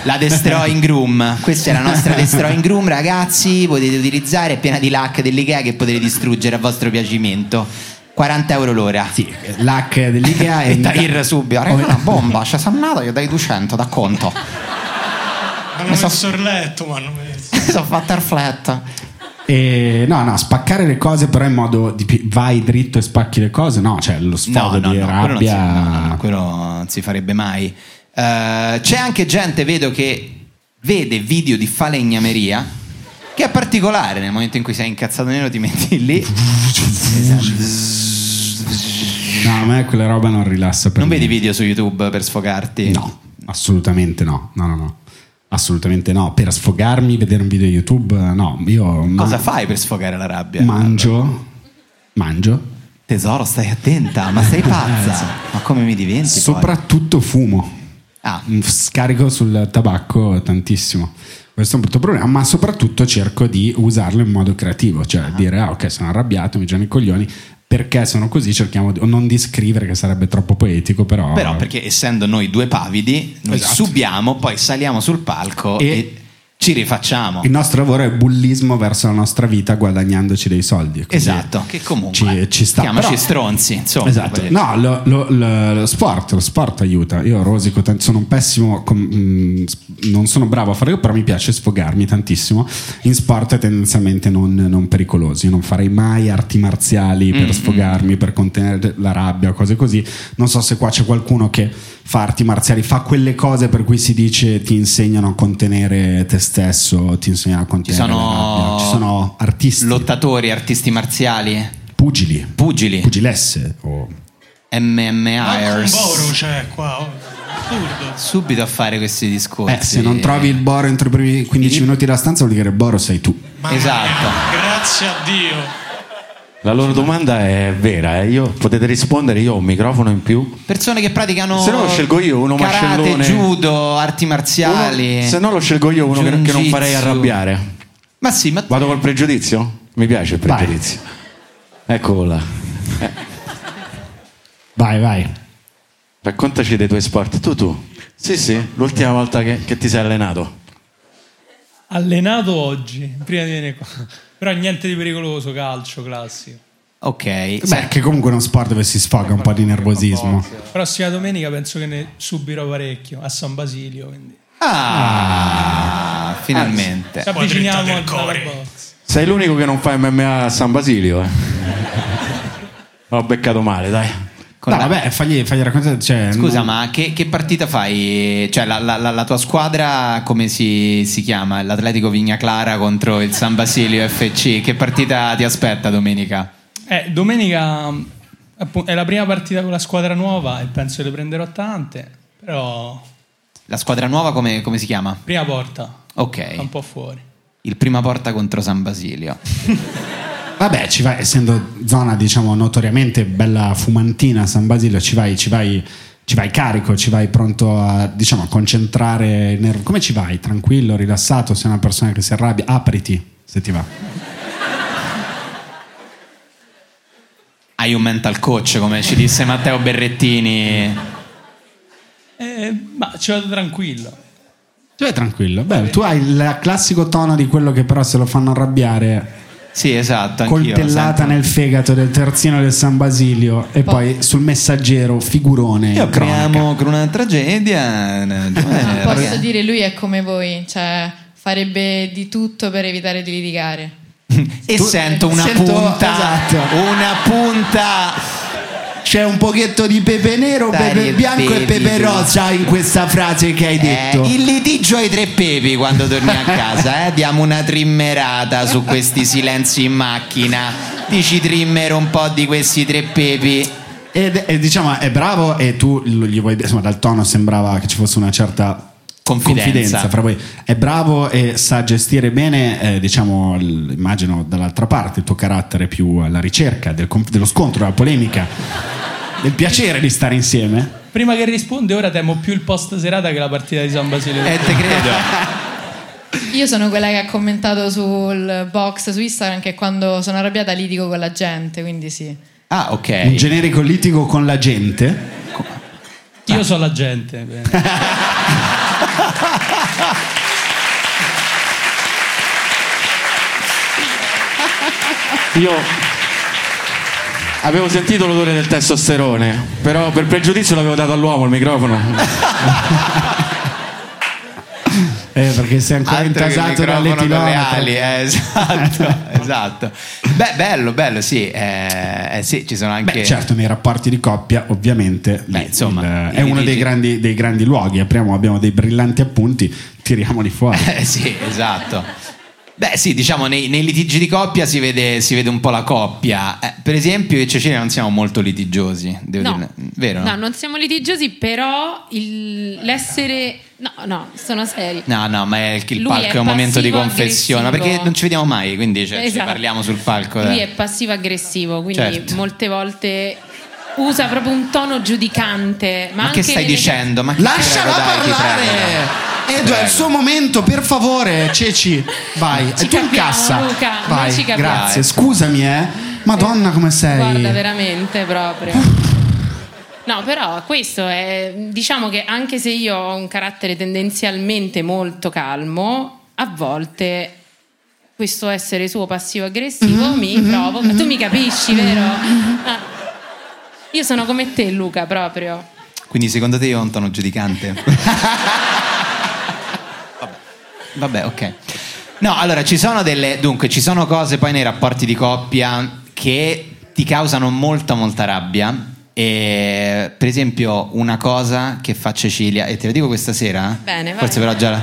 Speaker 5: La destroying room, questa è la nostra destroying room, ragazzi, potete utilizzare, è piena di lac dell'IKEA che potete distruggere a vostro piacimento. 40 euro l'ora. Sì,
Speaker 6: L'hack dell'IKEA è
Speaker 5: e Tahir subito, raga, una bomba, c'è Sannata, io dai 200, da conto.
Speaker 10: Hanno messo
Speaker 5: Esatto.
Speaker 10: il letto, ma hanno messo.
Speaker 5: Sono fatta il flat.
Speaker 6: E, no, no, spaccare le cose però in modo di pi- vai dritto e spacchi le cose, no, cioè lo sfogo di
Speaker 5: quello non si-
Speaker 6: rabbia.
Speaker 5: no, no, quello non si farebbe mai. Eh, c'è anche gente, vedo, che vede video di falegnameria, che è particolare nel momento in cui sei incazzato nero ti metti lì.
Speaker 6: No, a me quella roba non rilassa. Per
Speaker 5: Non
Speaker 6: niente.
Speaker 5: vedi video su YouTube per sfogarti?
Speaker 6: No, assolutamente no. No, no, no. Assolutamente no. Per sfogarmi, vedere un video YouTube, no. Io ma-
Speaker 5: Cosa fai per sfogare la rabbia?
Speaker 6: mangio, mangio,
Speaker 5: Tesoro, stai attenta, ma sei pazza. ma come mi diventi? poi?
Speaker 6: Eh, soprattutto fumo.
Speaker 5: Ah,
Speaker 6: Mm, Scarico sul tabacco tantissimo. Questo è un brutto problema, ma soprattutto cerco di usarlo in modo creativo, cioè dire ah ok sono arrabbiato, mi giano i coglioni, perché sono così cerchiamo di o non di scrivere che sarebbe troppo poetico, però...
Speaker 5: però perché essendo noi due pavidi, noi
Speaker 6: Esatto.
Speaker 5: subiamo, poi saliamo sul palco e,
Speaker 6: E-
Speaker 5: ci rifacciamo.
Speaker 6: Il nostro lavoro è bullismo verso la nostra vita guadagnandoci dei soldi. quindi-
Speaker 5: Esatto, che comunque
Speaker 6: Ci- ci sta,
Speaker 5: chiamaci
Speaker 6: però-
Speaker 5: stronzi, insomma.
Speaker 6: Esatto,
Speaker 5: voglio dire.
Speaker 6: no, lo, lo- lo- lo sport, lo sport aiuta. Io rosico, tan- sono un pessimo, com- mm, sp- non sono bravo a farlo, però mi piace sfogarmi tantissimo. In sport tendenzialmente non, non pericolosi, Io non farei mai arti marziali
Speaker 5: Mm,
Speaker 6: per sfogarmi, per contenere la rabbia, cose così. Non so se qua c'è qualcuno che fa arti marziali, fa quelle cose per cui si dice ti insegnano a contenere te stesso, ti insegnano a
Speaker 5: Ci
Speaker 1: eh,
Speaker 6: contenere la
Speaker 5: sono,
Speaker 6: rabbia. Ci sono artisti,
Speaker 5: lottatori, artisti marziali,
Speaker 6: pugili,
Speaker 5: pugili,
Speaker 6: pugilesse o...
Speaker 5: MMA.
Speaker 10: Anche un
Speaker 5: ers.
Speaker 10: Boro c'è qua. oh, Assurdo.
Speaker 5: Subito a fare questi discorsi.
Speaker 6: Eh, se non trovi il Boro entro i primi 15 minuti della stanza, vuol dire il Boro sei tu.
Speaker 10: Mamma mia,
Speaker 5: Esatto.
Speaker 10: grazie a Dio.
Speaker 1: La loro domanda è vera, eh. Io- potete rispondere, io ho un microfono in più.
Speaker 5: Persone che praticano
Speaker 1: Se no lo scelgo io, uno
Speaker 5: karate,
Speaker 1: macellone.
Speaker 5: judo, arti marziali.
Speaker 1: Uno- se no lo scelgo io uno che, che non
Speaker 5: Jiu-jitsu.
Speaker 1: farei arrabbiare.
Speaker 5: Ma sì, ma
Speaker 1: Vado col pregiudizio? Mi piace il
Speaker 6: Vai.
Speaker 1: pregiudizio. Ecco Eh, Eccola.
Speaker 6: Vai, vai.
Speaker 1: Raccontaci dei tuoi sport. Tu, tu. Sì, sì, l'ultima volta che, che ti sei allenato.
Speaker 11: Allenato oggi, prima di venire qua. Però niente di pericoloso, calcio classico.
Speaker 5: ok.
Speaker 6: Beh, che comunque è uno sport dove si sfoga un po' di nervosismo.
Speaker 11: Prossima domenica penso che ne subirò parecchio a San Basilio. Quindi.
Speaker 5: Ah, finalmente.
Speaker 11: Ci avviciniamo
Speaker 10: dritta
Speaker 11: al
Speaker 10: del core.
Speaker 11: box.
Speaker 1: Sei l'unico che non fa MMA a San Basilio, eh. L'ho beccato male, dai.
Speaker 5: Con
Speaker 6: no,
Speaker 5: la-
Speaker 6: vabbè, fagli, fagli raccontare. Cioè,
Speaker 5: Scusa,
Speaker 6: no-
Speaker 5: ma che, che partita fai? Cioè, la, la- la- la tua squadra come si, si chiama? L'Atletico Vigna Clara contro il San Basilio FC. Che partita ti aspetta domenica?
Speaker 11: Eh, domenica mh, appu- è la prima partita con la squadra nuova e penso che le prenderò tante. Però
Speaker 5: La squadra nuova come, come si chiama?
Speaker 11: prima porta, è
Speaker 5: Ok,
Speaker 11: un po' fuori.
Speaker 5: il prima porta contro San Basilio.
Speaker 6: Vabbè, ci vai, essendo zona, diciamo, notoriamente bella fumantina, San Basilio, ci vai, ci vai, ci vai carico, ci vai pronto a, diciamo, a concentrare il nervo. Come ci vai? Tranquillo, rilassato, sei una persona che si arrabbia, apriti se ti va.
Speaker 5: Hai un mental coach, come ci disse Matteo Berrettini.
Speaker 11: Eh, ma ci vado tranquillo.
Speaker 6: Tu vai tranquillo. Beh, tu hai il classico tono di quello che però se lo fanno arrabbiare
Speaker 5: Sì, esatto. anch'io
Speaker 6: coltellata
Speaker 5: sento-
Speaker 6: nel fegato del terzino del San Basilio e poi sul messaggero figurone
Speaker 5: Io
Speaker 6: in cronaca.
Speaker 5: creiamo con una tragedia. eh,
Speaker 9: No, posso
Speaker 5: perché-
Speaker 9: dire, lui è come voi, cioè farebbe di tutto per evitare di litigare.
Speaker 5: E sento una
Speaker 6: sento-
Speaker 5: punta.
Speaker 6: esatto.
Speaker 5: Una punta.
Speaker 6: C'è un pochetto di pepe nero,
Speaker 5: Dai,
Speaker 6: pepe bianco e pepe
Speaker 5: ripetilo.
Speaker 6: rosa in questa frase che hai detto.
Speaker 5: Eh, il litigio ai tre pepi quando torni a casa, eh? diamo una trimmerata su questi silenzi in macchina. Dici trimmero un po' di questi tre pepi.
Speaker 6: Ed è, diciamo, è bravo e tu lo- gli vuoi insomma, dal tono sembrava che ci fosse una certa
Speaker 5: Confidenza.
Speaker 6: fra voi. È bravo e sa gestire bene, eh, diciamo, l- immagino dall'altra parte il tuo carattere più alla ricerca del conf- dello scontro, della polemica, del piacere di stare insieme.
Speaker 11: Prima che risponde, ora temo più il post serata che la partita di San Basilio.
Speaker 5: E te credo.
Speaker 9: Io sono quella che ha commentato sul box su Instagram che quando sono arrabbiata litigo con la gente, quindi sì.
Speaker 5: Ah, ok.
Speaker 6: Un generico litigo con la gente.
Speaker 11: Io so la gente. bene.
Speaker 1: Io avevo sentito l'odore del testosterone, però per pregiudizio l'avevo dato all'uomo il microfono.
Speaker 6: Eh, perché sei ancora
Speaker 5: Altro che il
Speaker 6: intasato dalle
Speaker 5: microfono con le
Speaker 6: tilometro.
Speaker 5: ali, eh, esatto, esatto. Beh, bello, bello, sì, eh, eh, sì, ci sono anche...
Speaker 6: Beh, certo, nei rapporti di coppia, ovviamente, lì
Speaker 5: insomma,
Speaker 6: il- è uno
Speaker 5: litigi-
Speaker 6: dei grandi, dei grandi luoghi. Apriamo, abbiamo dei brillanti appunti, tiriamoli fuori.
Speaker 5: Eh, sì, esatto. Beh, sì, diciamo, nei, nei litigi di coppia si vede, si vede un po' la coppia. Eh, per esempio, io e Cecilia non siamo molto litigiosi, devo
Speaker 12: No.
Speaker 5: dire. Vero?
Speaker 12: No, non siamo litigiosi, però il- l'essere... No, no, sono seri.
Speaker 5: No, no, ma è il, il
Speaker 12: Lui
Speaker 5: palco
Speaker 12: è
Speaker 5: è, un momento di
Speaker 12: passivo-aggressivo.
Speaker 5: confessione, ma perché non ci vediamo mai, quindi cioè, ci
Speaker 12: Esatto.
Speaker 5: parliamo sul palco.
Speaker 12: Lui
Speaker 5: eh.
Speaker 12: è passivo aggressivo, quindi
Speaker 5: Certo.
Speaker 12: molte volte usa proprio un tono giudicante. Ma,
Speaker 5: Ma
Speaker 12: anche
Speaker 5: che stai
Speaker 12: nelle-
Speaker 5: dicendo? Ma
Speaker 12: Lasciala
Speaker 5: prego, dai, ti
Speaker 12: parlare!
Speaker 6: Eh,
Speaker 5: prego.
Speaker 13: Edo, è il
Speaker 5: Prego.
Speaker 13: suo momento, per favore, Ceci. Vai,
Speaker 12: Ci
Speaker 13: E tu in
Speaker 12: capiamo,
Speaker 13: cassa.
Speaker 12: Luca, noi
Speaker 13: Vai,
Speaker 12: ci capiamo.
Speaker 13: grazie. Scusami, eh. Madonna, come sei.
Speaker 12: Guarda, veramente proprio. No, però questo è. Diciamo che anche se io ho un carattere tendenzialmente molto calmo, a volte questo essere suo passivo-aggressivo
Speaker 5: Mm-hmm,
Speaker 12: mi provoca. Tu mi capisci, vero? Ah. Io sono come te, Luca, proprio.
Speaker 5: Quindi secondo te io ho un tono giudicante? Vabbè. Vabbè, ok. No, allora ci sono delle. Dunque, ci sono cose poi nei rapporti di coppia che ti causano molta, molta rabbia. E, per esempio, una cosa che fa Cecilia, e te la dico questa sera? eh?
Speaker 12: Bene, vai.
Speaker 5: Forse però già. la-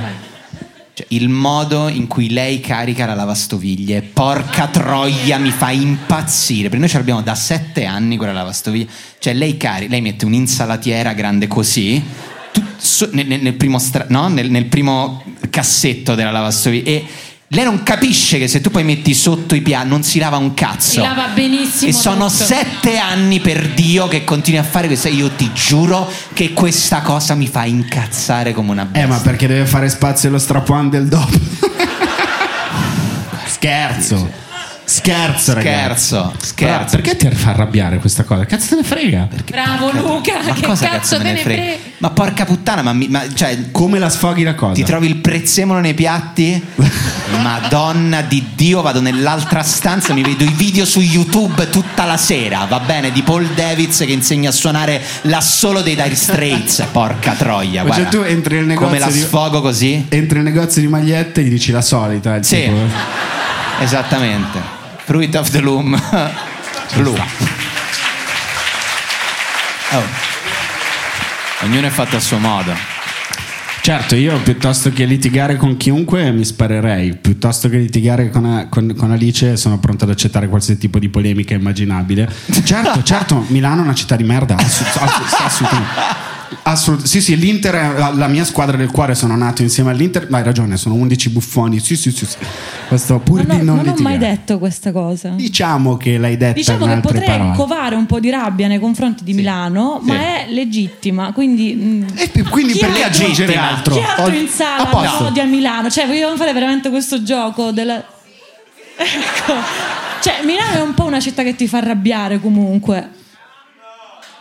Speaker 5: Cioè, il modo in cui lei carica la lavastoviglie, porca troia, mi fa impazzire. Perché noi ce l'abbiamo da sette anni quella lavastoviglie. Cioè, lei carica, lei mette un'insalatiera grande così, tut- so- nel, nel- nel primo stra- no? Nel- nel primo cassetto della lavastoviglie. E lei non capisce che se tu poi metti sotto i piani non si lava un
Speaker 12: Si
Speaker 5: cazzo.
Speaker 12: lava benissimo.
Speaker 5: E sono
Speaker 12: tutto.
Speaker 5: sette anni per Dio che continui a fare questo. Io ti giuro che questa cosa mi fa incazzare come una bestia.
Speaker 6: Eh, ma perché deve fare spazio allo strapuan del dopo?
Speaker 5: Eh,
Speaker 6: scherzo. Scherzo, ragazzi.
Speaker 5: Scherzo,
Speaker 6: Però Perché ti fa arrabbiare questa cosa? Cazzo te ne frega?
Speaker 12: Bravo, Luca.
Speaker 5: Ma
Speaker 12: che
Speaker 5: cosa
Speaker 12: cazzo
Speaker 5: cazzo me ne frega? Ma porca puttana, ma, mi- ma, cioè,
Speaker 6: come la sfoghi la cosa?
Speaker 5: Ti trovi il prezzemolo nei piatti? Madonna di Dio, vado nell'altra stanza, mi vedo i video su YouTube tutta la sera, va bene? Di Paul Davids che insegna a suonare l'assolo dei Dire Straits, porca troia.
Speaker 6: Ma cioè
Speaker 5: guarda.
Speaker 6: tu entri nel negozio
Speaker 5: Come la
Speaker 6: di-
Speaker 5: sfogo così?
Speaker 6: Entri nel negozio di magliette e gli dici la solita. il
Speaker 5: Sì.
Speaker 6: tipo, eh.
Speaker 5: Esattamente. Fruit of the Loom. Blue. Oh. Ognuno è fatto a suo modo.
Speaker 6: Certo, io piuttosto che litigare con chiunque mi sparerei, piuttosto che litigare con, eh, con- con Alice sono pronto ad accettare qualsiasi tipo di polemica immaginabile. Certo, certo, Milano è una città di merda, assu- assu- assolutamente. Assolut- sì, sì, l'Inter è la, la mia squadra del cuore, sono nato insieme all'Inter, ma hai ragione, sono 11 buffoni, sì, sì, sì, sì. Questo pur
Speaker 7: Ma no-
Speaker 6: di non,
Speaker 7: non ho mai
Speaker 6: litigare.
Speaker 7: detto questa cosa.
Speaker 6: Diciamo che l'hai detta
Speaker 7: Diciamo
Speaker 6: in
Speaker 7: che
Speaker 6: altre
Speaker 7: potrei
Speaker 6: parole.
Speaker 7: covare un po' di rabbia nei confronti di Milano, ma
Speaker 6: Sì.
Speaker 7: è legittima. Quindi, mm,
Speaker 6: quindi perché aggiungere altro?
Speaker 7: Chi altro
Speaker 6: Ho-
Speaker 7: in
Speaker 6: a
Speaker 7: sala
Speaker 6: posto.
Speaker 7: non odia Milano? Cioè, vogliamo fare veramente questo gioco della... Ecco. Cioè, Milano è un po' una città che ti fa arrabbiare comunque.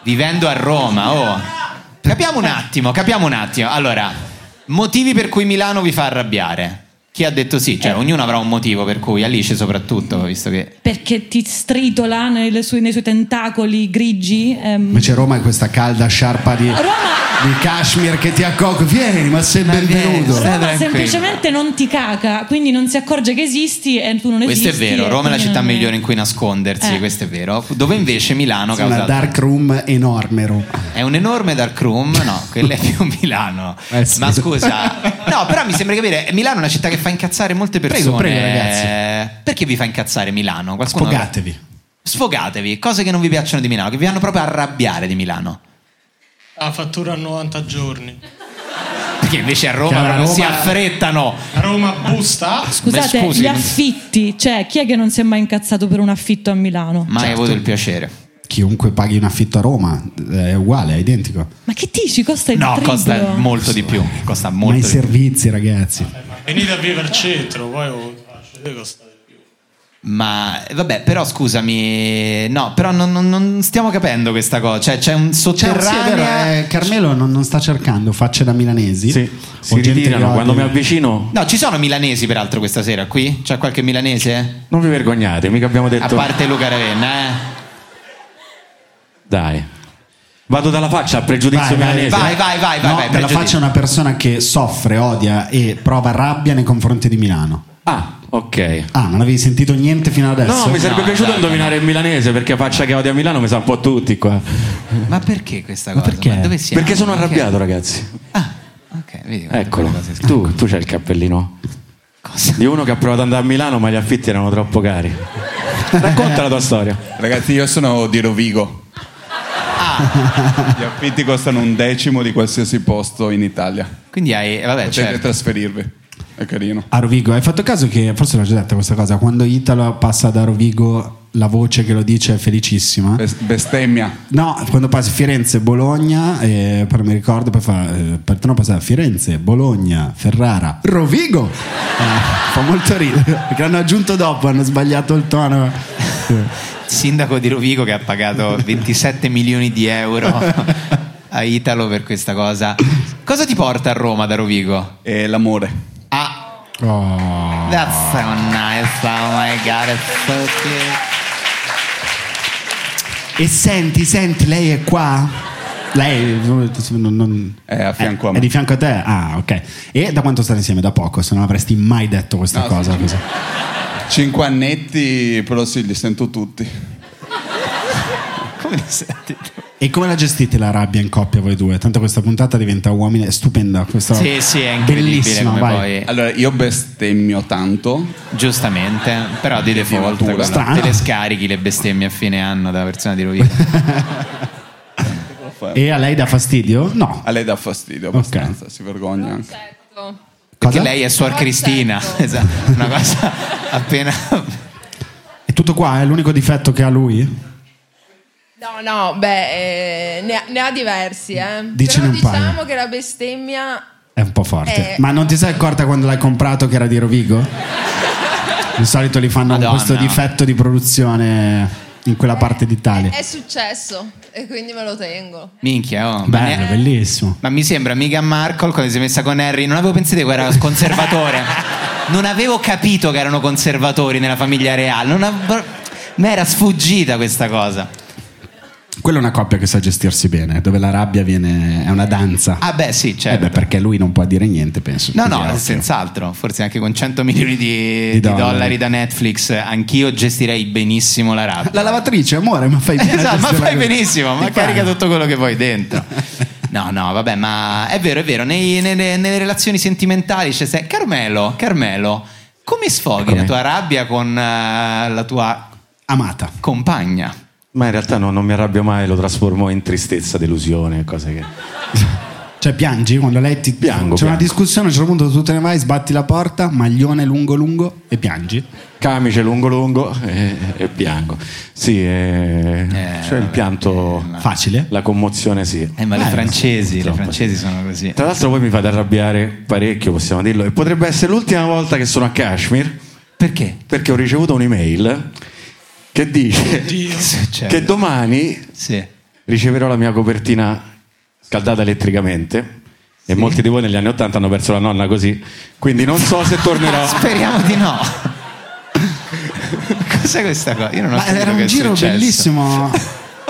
Speaker 5: Vivendo a Roma, oh. Capiamo un attimo, capiamo un attimo. Allora, motivi per cui Milano vi fa arrabbiare. Chi ha detto sì?
Speaker 7: Eh.
Speaker 5: Cioè, ognuno avrà un motivo per cui, Alice soprattutto, visto che...
Speaker 7: Perché ti stritola nelle sue- nei suoi tentacoli grigi. ehm.
Speaker 13: Invece Roma è questa calda sciarpa di, di cashmere che ti accoglie. Vieni, ma sei benvenuto.
Speaker 7: Roma semplicemente non ti caca, quindi non si accorge che esisti e tu non
Speaker 5: Questo
Speaker 7: esisti.
Speaker 5: è vero,
Speaker 7: e
Speaker 5: Roma è la
Speaker 7: quindi
Speaker 5: città
Speaker 7: non-
Speaker 5: migliore in cui nascondersi,
Speaker 7: Eh.
Speaker 5: questo è vero. Dove invece Milano
Speaker 13: Una
Speaker 5: causa...
Speaker 13: dark room enorme, Roma.
Speaker 5: È un enorme dark room, no, quella è più Milano. Ma scusa, no, però mi sembra capire, Milano è una città che fa incazzare molte
Speaker 13: Prego,
Speaker 5: persone.
Speaker 13: prego, ragazzi.
Speaker 5: Eh, Perché vi fa incazzare Milano? Qualcuno-
Speaker 13: Sfogatevi.
Speaker 5: Sfogatevi, cose che non vi piacciono di Milano, che vi fanno proprio arrabbiare di Milano.
Speaker 10: La fattura a 90 giorni.
Speaker 5: Perché invece a
Speaker 10: Che
Speaker 5: Roma,
Speaker 10: alla
Speaker 5: proprio si
Speaker 10: Roma-
Speaker 5: affrettano.
Speaker 10: A Roma busta.
Speaker 7: Scusate,
Speaker 5: Ma scusi,
Speaker 7: gli
Speaker 5: non-
Speaker 7: affitti, cioè chi è che non si è mai incazzato per un affitto a Milano?
Speaker 5: Mai avuto il piacere.
Speaker 6: Chiunque paghi un affitto a Roma eh, è uguale, è identico.
Speaker 7: Ma che dici? Costa il
Speaker 5: No,
Speaker 7: triplo.
Speaker 5: costa molto di più. Costa
Speaker 6: Ma i
Speaker 5: molto di più.
Speaker 6: servizi, ragazzi.
Speaker 10: Venite a vivere al centro, poi oh, vedete cosa state-
Speaker 5: Ma eh, vabbè, però scusami, no, però non, non- non stiamo capendo questa cosa. Cioè, c'è un
Speaker 6: C'è un- sì, è
Speaker 5: sotterraneo.
Speaker 6: vero, eh, Carmelo non, non sta cercando facce da milanesi. Sì,
Speaker 5: si ritirano, quando mi
Speaker 1: avvicino.
Speaker 5: No, ci sono milanesi peraltro questa sera qui? C'è qualche milanese?
Speaker 1: Non vi vergognate, mica abbiamo detto.
Speaker 5: A parte Luca Ravenna, eh.
Speaker 1: Dai. Vado dalla faccia a pregiudizio
Speaker 6: Vai,
Speaker 1: milanese.
Speaker 5: vai, vai, vai, vai, vai,
Speaker 6: No, te la
Speaker 5: pregiudizio.
Speaker 6: faccia una persona che soffre, odia e prova rabbia nei confronti di Milano.
Speaker 1: Ah, ok.
Speaker 6: Ah, non avevi sentito niente fino ad adesso?
Speaker 1: No, mi sarebbe piaciuto indovinare il milanese perché faccia che odia a Milano mi sa un po' tutti qua.
Speaker 5: Ma perché questa cosa? Ma dove siamo?
Speaker 1: Perché sono arrabbiato, ragazzi.
Speaker 5: Ok, vedi.
Speaker 1: Eccolo. Tu, tu c'hai il cappellino. Di uno che ha provato ad andare a Milano, ma gli affitti erano troppo cari. Racconta la tua storia.
Speaker 14: Ragazzi, io sono di Rovigo. Gli affitti costano un decimo di qualsiasi posto in Italia.
Speaker 5: Quindi hai. Vabbè, certo.
Speaker 14: Potete trasferirvi. È carino.
Speaker 6: A Rovigo, hai fatto caso che forse l'ho già detta questa cosa? Quando Italo passa da Rovigo, la voce che lo dice è felicissima.
Speaker 14: Bestemmia.
Speaker 6: No, quando passi Firenze, Bologna, eh, poi non mi ricordo, poi fa, eh, per te non passare Firenze, Bologna, Ferrara, Rovigo. Eh, fa molto ridere, perché l'hanno aggiunto dopo, hanno sbagliato il tono.
Speaker 5: Sindaco di Rovigo che ha pagato 27 milioni di euro a Italo per questa cosa. Cosa ti porta a Roma da Rovigo?
Speaker 14: l'amore.
Speaker 5: Ah. That's so nice. Oh my god, it's so cute.
Speaker 6: E senti, senti, lei è qua? Lei non- non-
Speaker 14: è a fianco a me.
Speaker 6: È di fianco a te? Ah, ok. E da quanto state insieme? Da poco, se non avresti mai detto questa
Speaker 14: No,
Speaker 6: cosa.
Speaker 14: sì.
Speaker 6: così.
Speaker 14: Cinque annetti, però sì, li sento tutti.
Speaker 5: Come li senti?
Speaker 6: E come la gestite la rabbia in coppia voi due? Tanto questa puntata diventa uomini, è stupenda. Questa
Speaker 5: Sì, sì, è incredibile
Speaker 6: Bellissima,
Speaker 5: come
Speaker 6: vai.
Speaker 5: poi-
Speaker 14: Allora, io bestemmio tanto.
Speaker 5: Giustamente, però di default
Speaker 14: natura.
Speaker 5: quando
Speaker 14: Strano.
Speaker 5: te le scarichi le bestemmie a fine anno da persona di Rovigo.
Speaker 6: E a lei dà fastidio? No.
Speaker 14: A lei dà fastidio abbastanza, si vergogna anche.
Speaker 5: Perché
Speaker 6: Cosa?
Speaker 5: lei è Suor Cristina, esatto, una cosa appena...
Speaker 6: È tutto qua? È l'unico difetto che ha lui?
Speaker 15: No, no, beh, eh, ne, ha, ne ha diversi, eh.
Speaker 6: Dicene
Speaker 15: Però
Speaker 6: un paio.
Speaker 15: diciamo che la bestemmia...
Speaker 6: È un po' forte.
Speaker 15: Eh.
Speaker 6: Ma non ti sei accorta quando l'hai comprato che era di Rovigo? Di solito li fanno con
Speaker 5: Madonna.
Speaker 6: questo difetto di produzione in quella parte d'Italia.
Speaker 15: È successo e quindi me lo tengo.
Speaker 5: Minchia, oh, ma,
Speaker 6: Bello,
Speaker 5: ne-
Speaker 6: bellissimo.
Speaker 5: ma mi sembra mica Markle quando si è messa con Harry, non avevo pensato che era conservatore. Non avevo capito che erano conservatori nella famiglia reale, non av- mi era sfuggita questa cosa.
Speaker 6: Quella è una coppia che sa gestirsi bene, dove la rabbia viene. è una danza.
Speaker 5: Ah beh sì,
Speaker 6: Eh
Speaker 5: certo.
Speaker 6: beh, perché lui non può dire niente, penso.
Speaker 5: No,
Speaker 6: Quindi,
Speaker 5: no,
Speaker 6: eh,
Speaker 5: senz'altro, forse anche con 100 milioni di, di
Speaker 6: dollari.
Speaker 5: dollari. da Netflix, anch'io gestirei benissimo la rabbia.
Speaker 6: La lavatrice, amore, ma fai bene.
Speaker 5: Esatto, ma
Speaker 6: Questa
Speaker 5: fai
Speaker 6: è la-
Speaker 5: benissimo, ma
Speaker 6: Ti
Speaker 5: carica
Speaker 6: pare?
Speaker 5: tutto quello che vuoi dentro. No, no, vabbè, ma è vero, è vero, nei- nelle, nelle relazioni sentimentali c'è se- Carmelo, Carmelo, come sfoghi la tua rabbia con eh, la tua
Speaker 6: amata
Speaker 5: compagna?
Speaker 1: Ma in realtà no, non mi arrabbio mai, lo trasformo in tristezza, delusione, cose che.
Speaker 6: Cioè, piangi quando lei ti.
Speaker 1: Piango,
Speaker 6: C'è una
Speaker 1: piango.
Speaker 6: discussione, a un certo punto tu te ne vai, sbatti la porta, maglione lungo lungo e piangi.
Speaker 1: Camice lungo lungo e, e piango. Sì, eh, cioè il pianto.
Speaker 6: Facile.
Speaker 1: La commozione, sì.
Speaker 5: Eh, ma le francesi, le francesi sono così.
Speaker 1: Tra l'altro, voi mi fate arrabbiare parecchio, possiamo dirlo. E potrebbe essere l'ultima volta che sono a Kashmir.
Speaker 5: Perché?
Speaker 1: Perché ho ricevuto un'email che dice
Speaker 5: Certo.
Speaker 1: che domani riceverò la mia copertina scaldata elettricamente. E molti di voi negli anni 80 hanno perso la nonna così. Quindi non so se tornerò.
Speaker 5: Speriamo Oh, di no. Cos'è questa cosa? Io non ho
Speaker 6: Ma
Speaker 5: capito
Speaker 6: era
Speaker 5: che
Speaker 6: un
Speaker 5: è
Speaker 6: giro
Speaker 5: successo.
Speaker 6: bellissimo.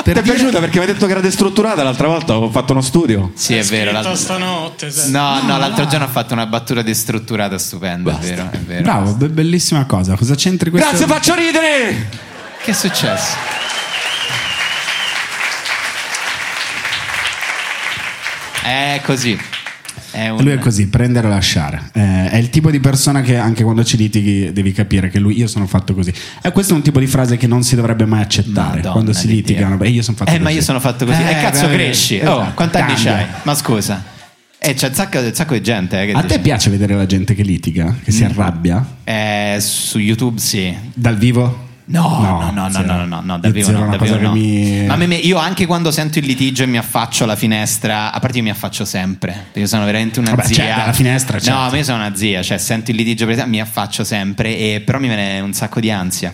Speaker 1: Ti è piaciuta perché mi hai detto che era destrutturata l'altra volta? Ho fatto uno studio.
Speaker 5: Sì, è vero.
Speaker 10: Tutta
Speaker 5: l'altro-
Speaker 10: stanotte. sai.
Speaker 5: No, no, l'altro giorno ha fatto una battuta destrutturata stupenda, è vero, è vero.
Speaker 6: Bravo, be- bellissima cosa. Cosa c'entri questo?
Speaker 5: Grazie,
Speaker 1: faccio ridere!
Speaker 5: Che è successo? È così. È un-
Speaker 6: Lui è così, prendere o lasciare. Eh, è il tipo di persona che anche quando ci litighi devi capire che lui, io sono fatto così. E questo è un tipo di frase che non si dovrebbe mai accettare quando si litigano. E io sono fatto
Speaker 5: Eh,
Speaker 6: così.
Speaker 5: ma io sono fatto così. Eh, cazzo,
Speaker 6: vabbè.
Speaker 5: cresci.
Speaker 6: Esatto.
Speaker 5: Oh, quant'anni
Speaker 6: Cambia.
Speaker 5: c'hai? Ma scusa. Eh, c'è un sacco, un sacco di gente. eh, che
Speaker 6: A
Speaker 5: dice-
Speaker 6: te piace
Speaker 5: Mm.
Speaker 6: vedere la gente che litiga, che si arrabbia?
Speaker 5: Eh, su YouTube sì.
Speaker 6: Dal vivo?
Speaker 5: No, no, no, no, no, no, no, no, davvero
Speaker 6: Zero è
Speaker 5: no,
Speaker 6: una
Speaker 5: davvero
Speaker 6: cosa
Speaker 5: no.
Speaker 6: che mi-
Speaker 5: Ma a me- me- io anche quando sento il litigio e mi affaccio alla finestra, a parte io mi affaccio sempre, io sono veramente una
Speaker 6: Vabbè,
Speaker 5: zia.
Speaker 6: certo, alla finestra, certo.
Speaker 5: No, ma io sono una zia, cioè sento il litigio per esempio, mi affaccio sempre, e, però mi viene un sacco di ansia.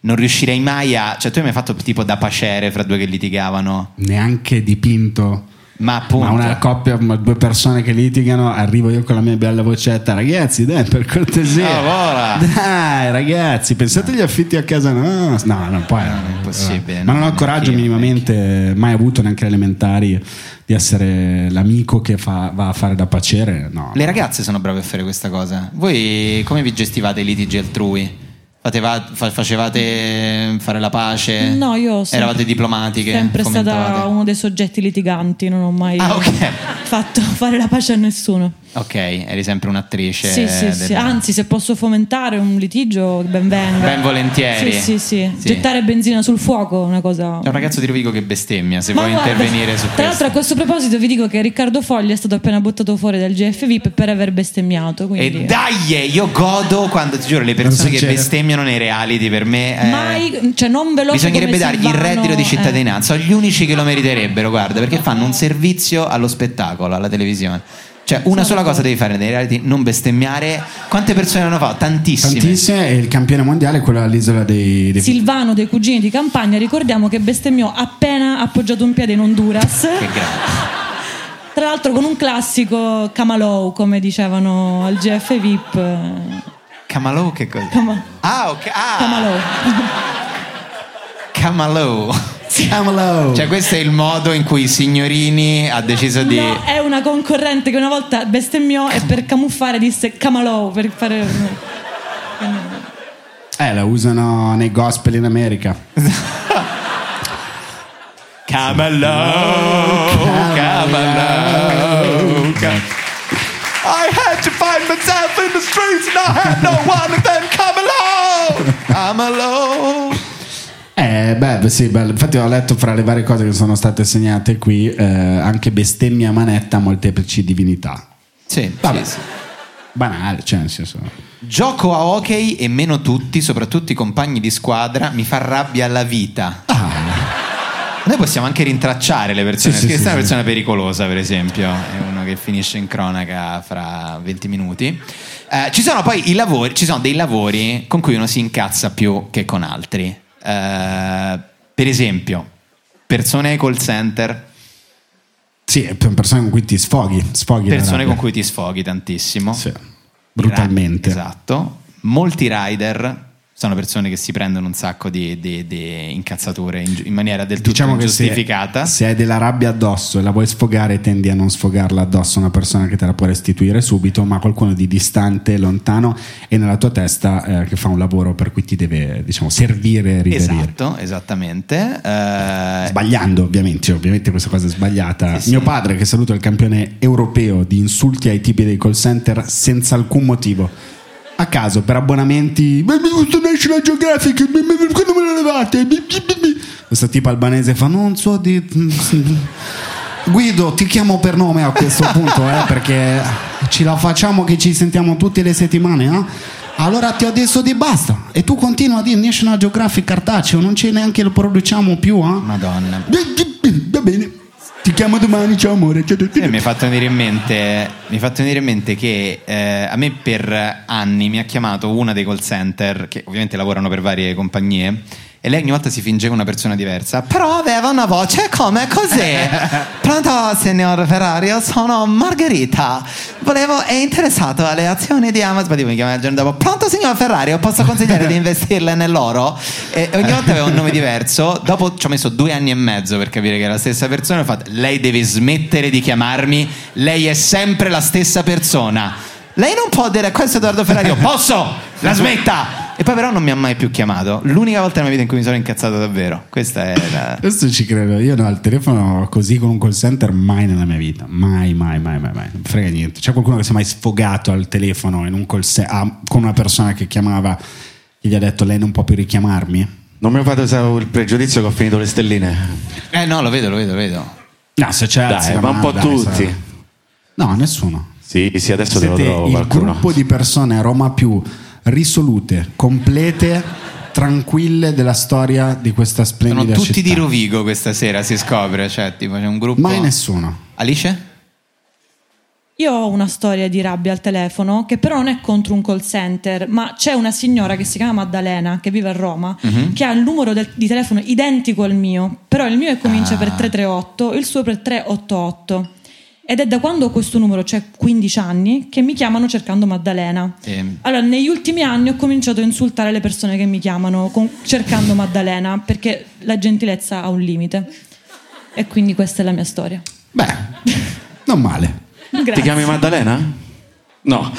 Speaker 5: Non riuscirei mai a... Cioè tu mi hai fatto tipo da pacere fra due che litigavano.
Speaker 6: Neanche dipinto.
Speaker 5: Ma appunto...
Speaker 6: Ma una coppia, ma due persone che litigano, arrivo io con la mia bella vocetta, ragazzi, dai, per cortesia.
Speaker 5: Ah, Lavora.
Speaker 6: Dai, ragazzi, pensate agli affitti a casa nostra. No, non può, è
Speaker 5: impossibile.
Speaker 6: Ma non ho coraggio minimamente, mai avuto neanche alle elementari, di essere l'amico che fa- va a fare da pacere. No.
Speaker 5: Le ragazze sono brave a fare questa cosa. Voi come vi gestivate i litigi altrui? Fateva- fa- facevate mm, fare la pace?
Speaker 7: No, io sono
Speaker 5: Eravate diplomatiche?
Speaker 7: sempre stata
Speaker 5: Fomentavate?
Speaker 7: uno dei soggetti litiganti, non ho mai
Speaker 5: Ah,
Speaker 7: fatto fare la pace a nessuno.
Speaker 5: Ok, eri sempre un'attrice.
Speaker 7: sì, sì,
Speaker 5: del-
Speaker 7: sì. Anzi, se posso fomentare un litigio, ben venga.
Speaker 5: Ben volentieri.
Speaker 7: Sì, sì, sì.
Speaker 5: Sì.
Speaker 7: Gettare benzina sul fuoco è una cosa.
Speaker 5: C'è un ragazzo di Rovigo che bestemmia, se
Speaker 7: Ma
Speaker 5: vuoi
Speaker 7: guarda,
Speaker 5: intervenire su
Speaker 7: Tra
Speaker 5: questo.
Speaker 7: l'altro, a questo proposito, vi dico che Riccardo Foglia è stato appena buttato fuori dal GF VIP per aver bestemmiato. Quindi...
Speaker 5: E dai, eh, io godo quando ti giuro le persone che
Speaker 7: succede.
Speaker 5: bestemmiano nei reality per me eh,
Speaker 7: Mai, cioè, non veloce.
Speaker 5: bisognerebbe
Speaker 7: come
Speaker 5: dargli il
Speaker 7: Silvano,
Speaker 5: reddito di
Speaker 7: eh.
Speaker 5: cittadinanza, sono gli unici che lo meriterebbero, guarda, perché fanno un servizio allo spettacolo, alla televisione. Cioè, una sola cosa devi fare nei reality, non bestemmiare. Quante persone hanno fatto? Tantissime.
Speaker 6: Tantissime, e il campione mondiale è quello all'isola dei, dei
Speaker 7: Silvano dei cugini di campagna, ricordiamo che bestemmiò appena appoggiato un piede in Honduras.
Speaker 5: Che grande.
Speaker 7: Tra l'altro con un classico Camalou, come dicevano al GF VIP. eh.
Speaker 5: Camalò che cosa?
Speaker 7: Cama-
Speaker 5: ah, ok. Ah.
Speaker 7: Camalou.
Speaker 5: Camalò. Cioè, questo è il modo in cui Signorini ha deciso di.
Speaker 7: No, è una concorrente che una volta bestemmiò e per camuffare disse Camalou per fare...
Speaker 6: Eh, la usano nei gospel in America.
Speaker 5: Camelot, Camelot. I had to find myself in the streets and I had no one and then come along, come along.
Speaker 6: Eh, beh, sì, bello. infatti ho letto fra le varie cose che sono state segnate qui eh, anche bestemmia a manetta molteplici divinità.
Speaker 5: Sì,
Speaker 6: Vabbè. Banale, cioè, nel senso.
Speaker 5: Gioco a hockey e meno tutti, soprattutto i compagni di squadra, mi fa rabbia la vita. Noi possiamo anche rintracciare le persone,
Speaker 6: Ah, Sì, sì,
Speaker 5: perché
Speaker 6: sì,
Speaker 5: questa è una
Speaker 6: sì.
Speaker 5: persona pericolosa, per esempio, è uno che finisce in cronaca fra 20 minuti. Eh, ci sono poi i lavori, ci sono dei lavori con cui uno si incazza più che con altri. Eh, per esempio, persone ai call center,
Speaker 6: Sì, è per persone con cui ti sfoghi. sfoghi la
Speaker 5: persone
Speaker 6: rabbia.
Speaker 5: con cui ti sfoghi tantissimo.
Speaker 6: Brutalmente.
Speaker 5: Esatto. Molti rider sono persone che si prendono un sacco di, di- di incazzature in, in maniera del tutto
Speaker 6: Diciamo che se,
Speaker 5: ingiustificata.
Speaker 6: se hai della rabbia addosso e la vuoi sfogare, tendi a non sfogarla addosso a una persona che te la può restituire subito, ma qualcuno di distante, lontano e nella tua testa eh, che fa un lavoro per cui ti deve diciamo, servire e riverire.
Speaker 5: Esatto, esattamente. Eh,
Speaker 6: Sbagliando, ovviamente, cioè, ovviamente questa cosa è sbagliata.
Speaker 5: Sì, sì.
Speaker 6: Mio padre, che saluto è il campione europeo di insulti ai tipi dei call center senza alcun motivo. A caso, per abbonamenti, "Ma mi gusta National Geographic, mi- mi- mi- quando me lo levate? Mi- mi- mi- mi". Questo tipo albanese fa: Non so di. Guido, ti chiamo per nome a questo punto, eh, perché ce la facciamo che ci sentiamo tutte le settimane, eh? Allora ti ho detto di basta e tu continua a dire National Geographic cartaceo, non ce neanche lo produciamo più, eh?
Speaker 5: Madonna.
Speaker 6: Va bene. Ti chiamo domani, ciao amore. Ciao, ciao, ciao.
Speaker 5: Eh, mi è fatto venire in mente, mi è fatto venire in mente che eh, a me per anni mi ha chiamato una dei call center, che ovviamente lavorano per varie compagnie, e lei ogni volta si fingeva una persona diversa. Però aveva una voce come così. Pronto, signor Ferrario, sono Margherita. Volevo, è interessato alle azioni di Amazon. Poi tipo mi chiama il giorno dopo. Pronto, signor Ferrario, posso consigliare di investirle nell'oro? E ogni volta aveva un nome diverso. Dopo ci ho messo due anni e mezzo per capire che era la stessa persona. Ho fatto, lei deve smettere di chiamarmi. Lei è sempre la stessa persona. Lei non può dire questo è Edoardo Ferrario, posso? La smetta! E poi però non mi ha mai più chiamato. L'unica volta nella mia vita in cui mi sono incazzato davvero. Questa è la...
Speaker 6: Questo ci credo. Io no, al telefono così con un call center mai nella mia vita. Mai, mai, mai, mai, mai. Non frega niente. C'è qualcuno che si è mai sfogato al telefono in un call ce- ah, con una persona che chiamava e gli ha detto lei non può più richiamarmi?
Speaker 1: Non mi fate usare il pregiudizio che ho finito le stelline.
Speaker 5: Eh no, lo vedo, lo vedo, lo vedo.
Speaker 6: No, se c'è alzi
Speaker 1: Dai,
Speaker 6: la
Speaker 1: ma un
Speaker 6: mano,
Speaker 1: po'
Speaker 6: dai,
Speaker 1: tutti.
Speaker 6: sarà- No, nessuno.
Speaker 1: Sì, sì, adesso te lo
Speaker 6: Siete
Speaker 1: trovo
Speaker 6: il
Speaker 1: qualcuno.
Speaker 6: gruppo di persone a Roma più risolute, complete tranquille della storia di questa
Speaker 5: Sono
Speaker 6: splendida
Speaker 5: tutti
Speaker 6: città.
Speaker 5: di Rovigo questa sera, si scopre, cioè tipo c'è un gruppo...
Speaker 6: Mai nessuno.
Speaker 5: Alice?
Speaker 7: Io ho una storia di rabbia al telefono che però non è contro un call center, ma c'è una signora che si chiama Maddalena, che vive a Roma,
Speaker 16: Mhm.
Speaker 7: che ha il numero del- di telefono identico al mio, però il mio comincia
Speaker 5: Ah.
Speaker 7: per 338, il suo per 388. Ed è da quando ho questo numero, cioè 15 anni, che mi chiamano cercando Maddalena.
Speaker 6: Mm.
Speaker 7: Allora, negli ultimi anni ho cominciato a insultare le persone che mi chiamano con- cercando Maddalena, perché la gentilezza ha un limite. E quindi questa è la mia storia.
Speaker 6: Non male.
Speaker 7: Grazie.
Speaker 1: Ti chiami Maddalena? No.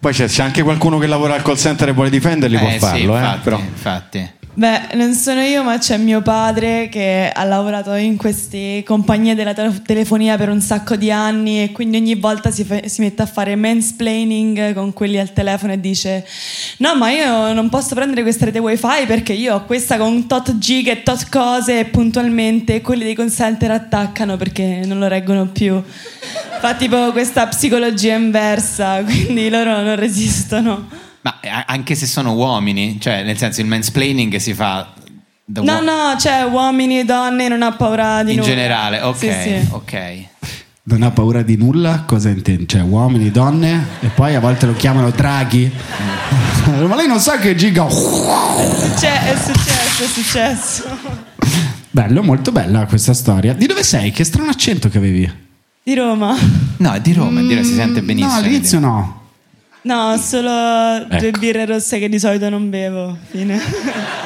Speaker 1: Poi c'è, c'è anche qualcuno che lavora al call center e vuole difenderli, può
Speaker 5: Eh, sì,
Speaker 1: farlo. eh,
Speaker 5: infatti,
Speaker 1: però.
Speaker 17: Beh, non sono io, ma c'è mio padre che ha lavorato in queste compagnie della tele- telefonia per un sacco di anni e quindi ogni volta si, fe- si mette a fare mansplaining con quelli al telefono e dice no, ma io non posso prendere questa rete wifi perché io ho questa con tot giga e tot cose e puntualmente quelli dei call center attaccano perché non lo reggono più. Fa tipo questa psicologia inversa, quindi loro non resistono.
Speaker 5: Ma eh, anche se sono uomini, cioè nel senso il mansplaining si fa da
Speaker 17: No,
Speaker 5: uo-
Speaker 17: no, cioè uomini, donne, non ha paura di
Speaker 5: in
Speaker 17: nulla.
Speaker 5: generale, ok,
Speaker 17: Sì, sì.
Speaker 5: ok.
Speaker 6: Non ha paura di nulla, cosa intende? Cioè, uomini, donne, e poi a volte lo chiamano Draghi.
Speaker 5: Mm.
Speaker 6: Ma lei non sa che giga.
Speaker 17: Succe- è successo, è successo.
Speaker 6: Bello, molto bella questa storia. Di dove sei? Che strano accento che avevi? Mm,
Speaker 17: Di Roma?
Speaker 5: No, è di Roma, è di Roma, si sente benissimo.
Speaker 6: No, all'inizio no.
Speaker 17: No, solo
Speaker 5: Ecco.
Speaker 17: due birre rosse che di solito non bevo. Fine.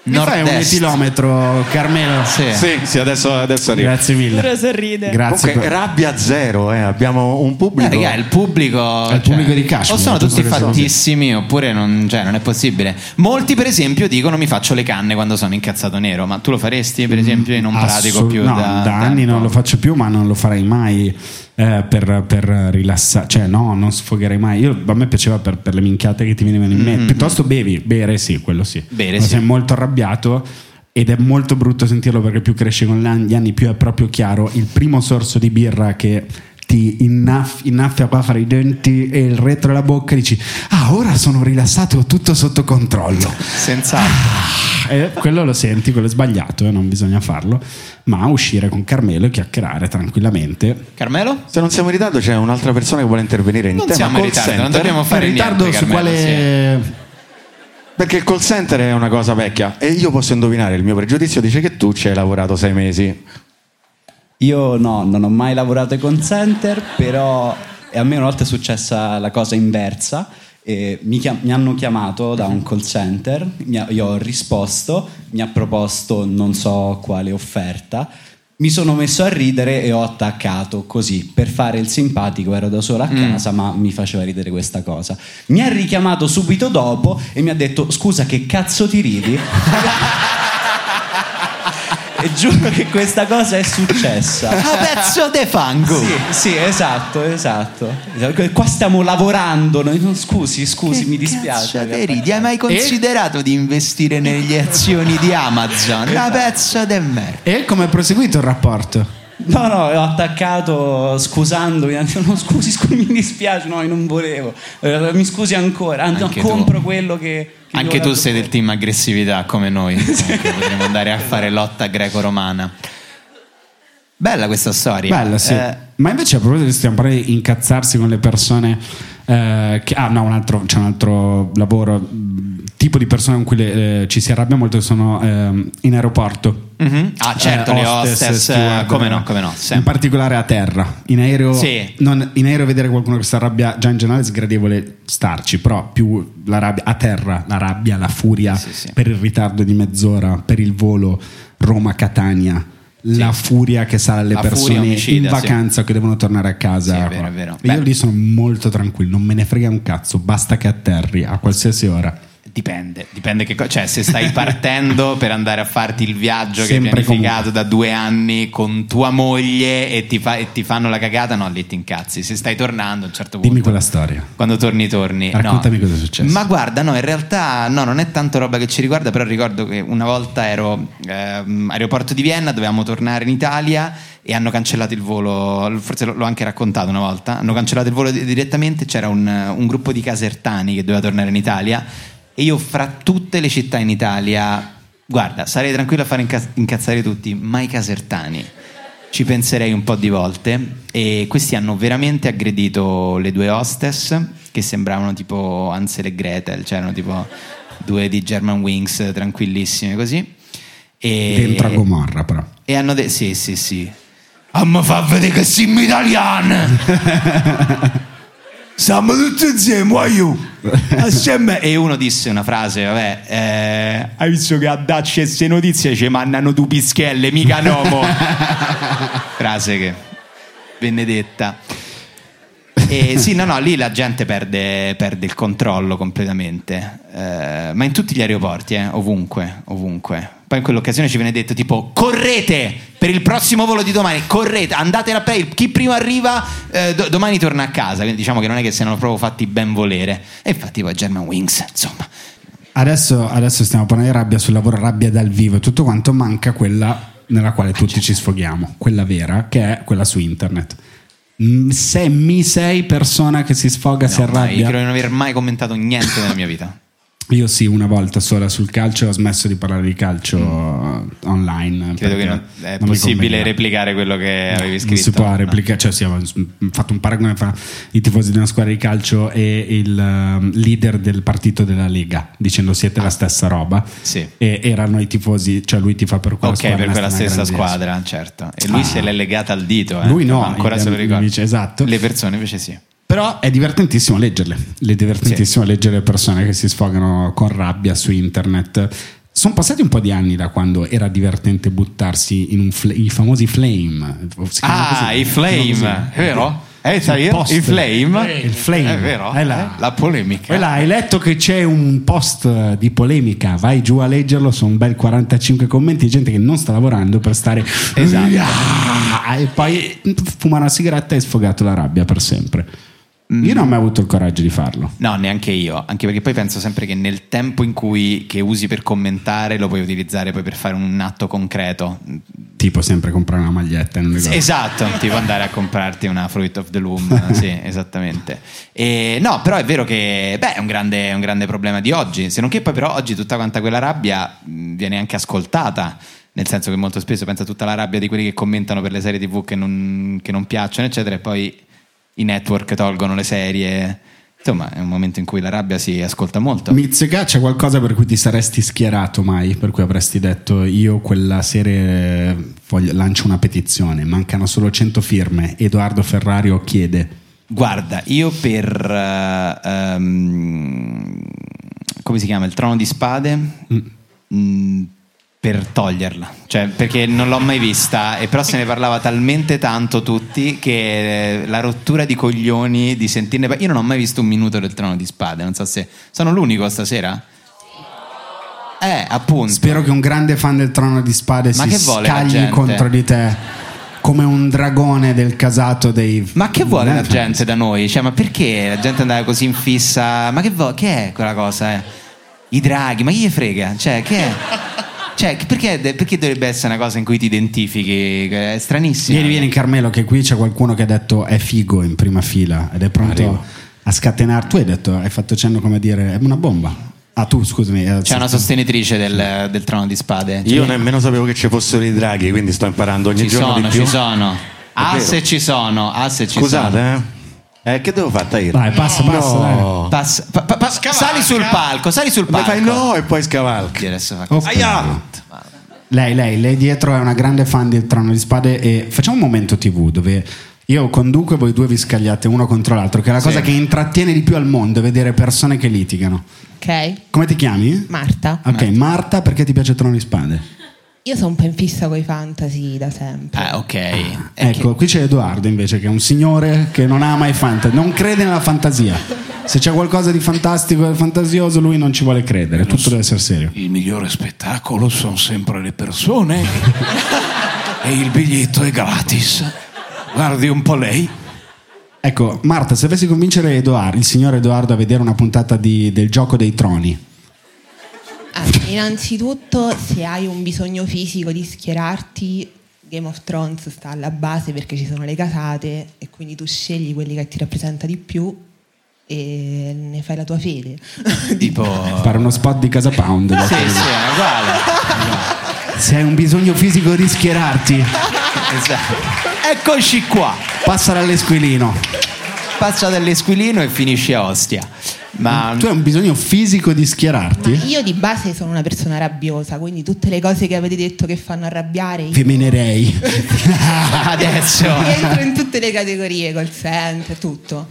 Speaker 6: Mi fai un etilometro, Carmelo?
Speaker 5: Sì,
Speaker 1: sì, adesso, adesso arrivo.
Speaker 6: Grazie
Speaker 17: Puro sorride.
Speaker 1: Comunque, rabbia zero, eh, abbiamo un pubblico.
Speaker 5: Eh, raga, il pubblico, cioè,
Speaker 1: il pubblico di Kashmir,
Speaker 5: o sono
Speaker 1: giusto
Speaker 5: tutti
Speaker 1: che sono.
Speaker 5: fattissimi oppure non, cioè, non è possibile. Molti, per esempio, dicono mi faccio le canne quando sono incazzato nero, ma tu lo faresti, per esempio? Io non pratico
Speaker 6: Assolut-
Speaker 5: più
Speaker 6: no,
Speaker 5: da,
Speaker 6: anni non lo faccio più ma non lo farei mai eh, per, per rilassare cioè no non sfogherei mai Io- a me piaceva per, per le minchiate che ti venivano in
Speaker 5: Mm-hmm.
Speaker 6: mente piuttosto bevi bere sì quello sì
Speaker 5: Bere,
Speaker 6: Ma
Speaker 5: sì.
Speaker 6: sei molto arrabbiato ed è molto brutto sentirlo perché più cresci con l'an- gli anni più è proprio chiaro il primo sorso di birra che ti innaff- innaffia qua fra i denti e il retro della bocca e dici ah ora sono rilassato ho tutto sotto controllo Ah,
Speaker 5: Senz'altro.
Speaker 6: eh, quello lo senti, quello è sbagliato e non bisogna farlo, ma uscire con Carmelo e chiacchierare tranquillamente.
Speaker 5: Carmelo?
Speaker 1: Se non siamo in ritardo, c'è un'altra persona che vuole intervenire in
Speaker 6: Non
Speaker 1: tema
Speaker 6: siamo in
Speaker 1: call
Speaker 6: ritardo,
Speaker 1: center.
Speaker 6: non dobbiamo fare In ritardo niente, su Carmelo, quale-
Speaker 1: Perché il call center è una cosa vecchia e io posso indovinare, il mio pregiudizio dice che tu ci hai lavorato sei mesi.
Speaker 14: Io no, non ho mai lavorato ai call center, però e a me una volta è successa la cosa inversa. e mi, chiam- mi hanno chiamato da un call center, mi ha- io ho risposto, mi ha proposto non so quale offerta. Mi sono messo a ridere e ho attaccato così per fare il simpatico. Ero da sola a
Speaker 5: Mm.
Speaker 14: casa, ma mi faceva ridere questa cosa. Mi ha richiamato subito dopo e mi ha detto: Scusa, che cazzo ti ridi? e giuro che questa cosa è successa.
Speaker 5: Ah, pezzo de fango.
Speaker 14: Sì, sì, esatto, esatto. Qua stiamo lavorando. noi- no, Scusi, scusi, mi dispiace.
Speaker 5: Te ridi, hai mai considerato di investire nelle azioni di Amazon? Una pezza di merda.
Speaker 6: E come è proseguito il rapporto?
Speaker 14: No, no, ho attaccato scusandomi. anzi, No, scusi, scusi, mi dispiace. No, io non volevo. Eh, mi scusi ancora. ah, no,
Speaker 5: Anche tu.
Speaker 14: compro quello che. che
Speaker 5: Anche
Speaker 14: io
Speaker 5: tu
Speaker 14: ho-
Speaker 5: sei del team aggressività come noi. Comunque Potremmo andare a fare lotta greco-romana. Bella questa storia.
Speaker 6: Bella, sì.
Speaker 5: Eh,
Speaker 6: Ma invece a proposito di stiamo parlando di incazzarsi con le persone eh, che... Ah no, un altro, c'è un altro lavoro, mh, tipo di persone con cui le- eh, ci si arrabbia molto che sono ehm, in aeroporto.
Speaker 5: mhm. Ah, certo,
Speaker 6: Eh,
Speaker 5: le
Speaker 6: hostess,
Speaker 5: hostess. eh,
Speaker 6: steward,
Speaker 5: come no,
Speaker 6: eh.
Speaker 5: come no.
Speaker 6: In
Speaker 5: sempre.
Speaker 6: particolare a terra, in aereo,
Speaker 5: Sì.
Speaker 6: non- in aereo vedere qualcuno che si arrabbia già in generale è sgradevole starci, però più la rabbia, a terra la rabbia, la furia per il ritardo di mezz'ora, per il volo Roma-Catania, la furia che sale alle
Speaker 5: La furia
Speaker 6: persone
Speaker 5: omicida,
Speaker 6: in
Speaker 5: sì.
Speaker 6: vacanza che devono tornare a casa.
Speaker 5: Sì, è vero, è vero.
Speaker 6: E Io
Speaker 5: Beh.
Speaker 6: lì sono molto tranquillo, non me ne frega un cazzo, basta che atterri a qualsiasi ora.
Speaker 5: Dipende, dipende che cosa. Cioè, se stai partendo per andare a farti il viaggio
Speaker 6: Sempre
Speaker 5: che hai pianificato da due anni con tua moglie e ti, fa- e ti fanno la cagata, no, lì ti incazzi. Se stai tornando, a un certo punto.
Speaker 6: Dimmi quella storia.
Speaker 5: Quando torni,
Speaker 6: Eh,
Speaker 5: torni. No.
Speaker 6: Raccontami cosa è successo.
Speaker 5: Ma guarda, no, in realtà no, non è tanto roba che ci riguarda, però ricordo che una volta ero ehm, aeroporto di Vienna, dovevamo tornare in Italia e hanno cancellato il volo, forse l- l'ho anche raccontato una volta, hanno cancellato il volo di- direttamente, c'era un, un gruppo di casertani che doveva tornare in Italia E io fra tutte le città in Italia, guarda, sarei tranquillo a fare inca- incazzare tutti, ma i casertani ci penserei un po' di volte. E questi hanno veramente aggredito le due hostess, che sembravano tipo Ansel e Gretel, cioè erano tipo due di German Wings tranquillissime così. E...
Speaker 6: Dentro a Gomorra, però.
Speaker 5: E hanno detto: Sì, sì, sì. A me fa vedere che siamo italiani. siamo tutti insieme, voglio. Assieme. E uno disse una frase, vabbè, eh, hai visto che a Dacci queste notizie ci mandano due pischelle, mica nomo. frase che venne detta. E sì, no, no, lì la gente perde, perde il controllo completamente. Eh, ma in tutti gli aeroporti, eh, ovunque, ovunque. Poi in quell'occasione ci viene detto tipo correte per il prossimo volo di domani, correte, andate a pre- chi prima arriva eh, do- domani torna a casa, quindi diciamo che non è che siano proprio fatti ben volere. E infatti poi German Wings, insomma.
Speaker 6: Adesso, adesso stiamo parlando di rabbia sul lavoro, rabbia dal vivo e tutto quanto, manca quella nella quale tutti ci sfoghiamo, quella vera, che è quella su internet. Mm, Se mi sei persona che si sfoga, si
Speaker 5: No, mai,
Speaker 6: arrabbia.
Speaker 5: credo di non aver mai commentato niente nella mia vita.
Speaker 6: Io sì, una volta sola sul calcio ho smesso di parlare di calcio eh, online.
Speaker 5: Credo che
Speaker 6: perché
Speaker 5: non, è
Speaker 6: non mi
Speaker 5: possibile
Speaker 6: conveniva.
Speaker 5: replicare quello che avevi
Speaker 6: Non si
Speaker 5: scritto. Ah.
Speaker 6: può replicare, cioè sì, avevo s- fatto un paragone fra i tifosi di una squadra di calcio e il ehm, leader del partito della Lega, dicendo siete la stessa roba.
Speaker 5: Sì.
Speaker 6: E erano i tifosi, cioè lui ti fa per quella
Speaker 5: Ok,
Speaker 6: squadra.
Speaker 5: per
Speaker 6: è
Speaker 5: quella
Speaker 6: una
Speaker 5: stessa
Speaker 6: grandezza.
Speaker 5: squadra, certo. E lui
Speaker 6: Ah.
Speaker 5: se l'è legata al dito. eh.
Speaker 6: Lui no,
Speaker 5: ancora
Speaker 6: il-
Speaker 5: se lo ricorda.
Speaker 6: invece, esatto.
Speaker 5: Le persone invece sì.
Speaker 6: Però è divertentissimo leggerle. È divertentissimo leggere le persone che si sfogano con rabbia su internet. Sono passati un po' di anni da quando era divertente buttarsi in un fl- i famosi flame. Si chiamano
Speaker 5: Ah,
Speaker 6: così?
Speaker 5: i flame,
Speaker 6: Si chiamano
Speaker 5: è
Speaker 6: così?
Speaker 5: vero? Eh,
Speaker 6: Sul
Speaker 5: sai, io-
Speaker 6: post.
Speaker 5: il flame,
Speaker 6: Il flame.
Speaker 5: è vero?
Speaker 6: È là.
Speaker 5: La polemica.
Speaker 6: Poi là, hai letto che c'è un post di polemica, vai giù a leggerlo, sono un bel 45 commenti di gente che non sta lavorando per stare...
Speaker 5: Esatto.
Speaker 6: Ah, E poi fuma una sigaretta e hai sfogato la rabbia per sempre.
Speaker 5: Mm.
Speaker 6: Io non ho mai avuto il coraggio di farlo.
Speaker 5: No, neanche io, anche perché poi penso sempre che nel tempo in cui che usi per commentare lo puoi utilizzare poi per fare un atto concreto.
Speaker 6: Tipo sempre comprare una maglietta in un negozio.
Speaker 5: Esatto, tipo andare a comprarti una Fruit of the Loom, sì, esattamente. E, no, però è vero che beh, è un grande, è un grande problema di oggi, se non che poi però oggi tutta quanta quella rabbia mh, viene anche ascoltata, nel senso che molto spesso pensa tutta la rabbia di quelli che commentano per le serie tv che non, che non piacciono, eccetera, e poi i network tolgono le serie. Insomma, è un momento in cui la rabbia si ascolta molto.
Speaker 6: Mizzica, c'è qualcosa per cui ti saresti schierato mai? Per cui avresti detto io quella serie voglio- lancio una petizione, mancano solo 100 firme, Edoardo Ferrario chiede...
Speaker 5: Guarda, io per... eh, ehm, come si chiama? Il trono di spade? Mm, per toglierla. Cioè, perché non l'ho mai vista, e però se ne parlava talmente tanto tutti che eh, la rottura di coglioni di sentirne... Io non ho mai visto un minuto del trono di spade, non so se... Sono l'unico stasera? Eh, appunto.
Speaker 6: Spero che un grande fan del Trono di Spade
Speaker 5: Ma
Speaker 6: si
Speaker 5: che vuole la
Speaker 6: scagli
Speaker 5: gente?
Speaker 6: contro di te come un dragone del casato dei...
Speaker 5: Ma che vuole la gente da noi? Cioè, ma perché la gente andava così in fissa? Ma che, vo- che è quella cosa? eh? I draghi, ma chi gli frega? Cioè, che è? Cioè, che- perché, perché dovrebbe essere una cosa in cui ti identifichi? È stranissimo.
Speaker 6: Ieri vieni Carmelo che qui c'è qualcuno che ha detto è figo in prima fila ed è pronto
Speaker 5: Arrivo.
Speaker 6: a scatenare. Tu hai detto, hai fatto cenno come a dire, è una bomba. Ah tu scusami. eh,
Speaker 5: C'è una sostenitrice del, del trono di spade. Cioè,
Speaker 1: Io nemmeno sapevo che ci fossero i draghi, quindi sto imparando ogni
Speaker 5: Ci
Speaker 1: giorno
Speaker 5: sono,
Speaker 1: di più.
Speaker 5: ci sono. Ah,
Speaker 1: vero?
Speaker 5: se ci sono, ah, se ci
Speaker 1: Scusate,
Speaker 5: sono.
Speaker 1: eh. Eh, che devo fatta io?
Speaker 6: Vai, passa, passa,
Speaker 1: No.
Speaker 5: Passa- pa- pa- pa- sali sul palco, sali sul
Speaker 1: Ma
Speaker 5: palco.
Speaker 1: fai no e poi scavalchi.
Speaker 5: Adesso fa
Speaker 6: Ok.
Speaker 1: Aia!
Speaker 6: Lei, lei, lei dietro è una grande fan del Trono di Spade e facciamo un momento TV dove io conduco e voi due vi scagliate uno contro l'altro, che è la cosa
Speaker 15: Sì.
Speaker 6: che intrattiene di più al mondo, è vedere persone che litigano.
Speaker 15: Ok.
Speaker 6: Come ti chiami?
Speaker 15: Marta.
Speaker 6: Ok, Marta, perché ti piace il Trono di Spade?
Speaker 15: Io sono un po' in fissa con i fantasy da sempre.
Speaker 5: Ah, ok.
Speaker 6: ecco, qui c'è Edoardo invece, che è un signore che non ama i fantasy, non crede nella fantasia. Se c'è qualcosa di fantastico e fantasioso, lui non ci vuole credere, tutto deve essere serio.
Speaker 18: Il migliore spettacolo sono sempre le persone e il biglietto è gratis. Guardi un po' lei.
Speaker 6: Ecco, Marta, se avessi convincere Edoardo, il signor Edoardo a vedere una puntata di- del gioco dei troni,
Speaker 15: Eh, innanzitutto, se hai un bisogno fisico di schierarti, Game of Thrones sta alla base perché ci sono le casate e quindi tu scegli quelli che ti rappresenta di più e ne fai la tua fede.
Speaker 5: Tipo...
Speaker 19: Fare uno spot di Casa Pound.
Speaker 5: Sì, sì, eh. è uguale.
Speaker 6: Se hai un bisogno fisico di schierarti,
Speaker 5: Esatto. Eccoci qua.
Speaker 6: passa dall'esquilino.
Speaker 5: Passa dall'esquilino e finisci a Ostia. Ma
Speaker 6: Mm, Tu hai un bisogno fisico di schierarti?
Speaker 15: Io di base sono una persona rabbiosa, quindi tutte le cose che avete detto che fanno arrabbiare, io
Speaker 6: Femminerei.
Speaker 5: adesso
Speaker 15: rientro in tutte le categorie, col senso, tutto.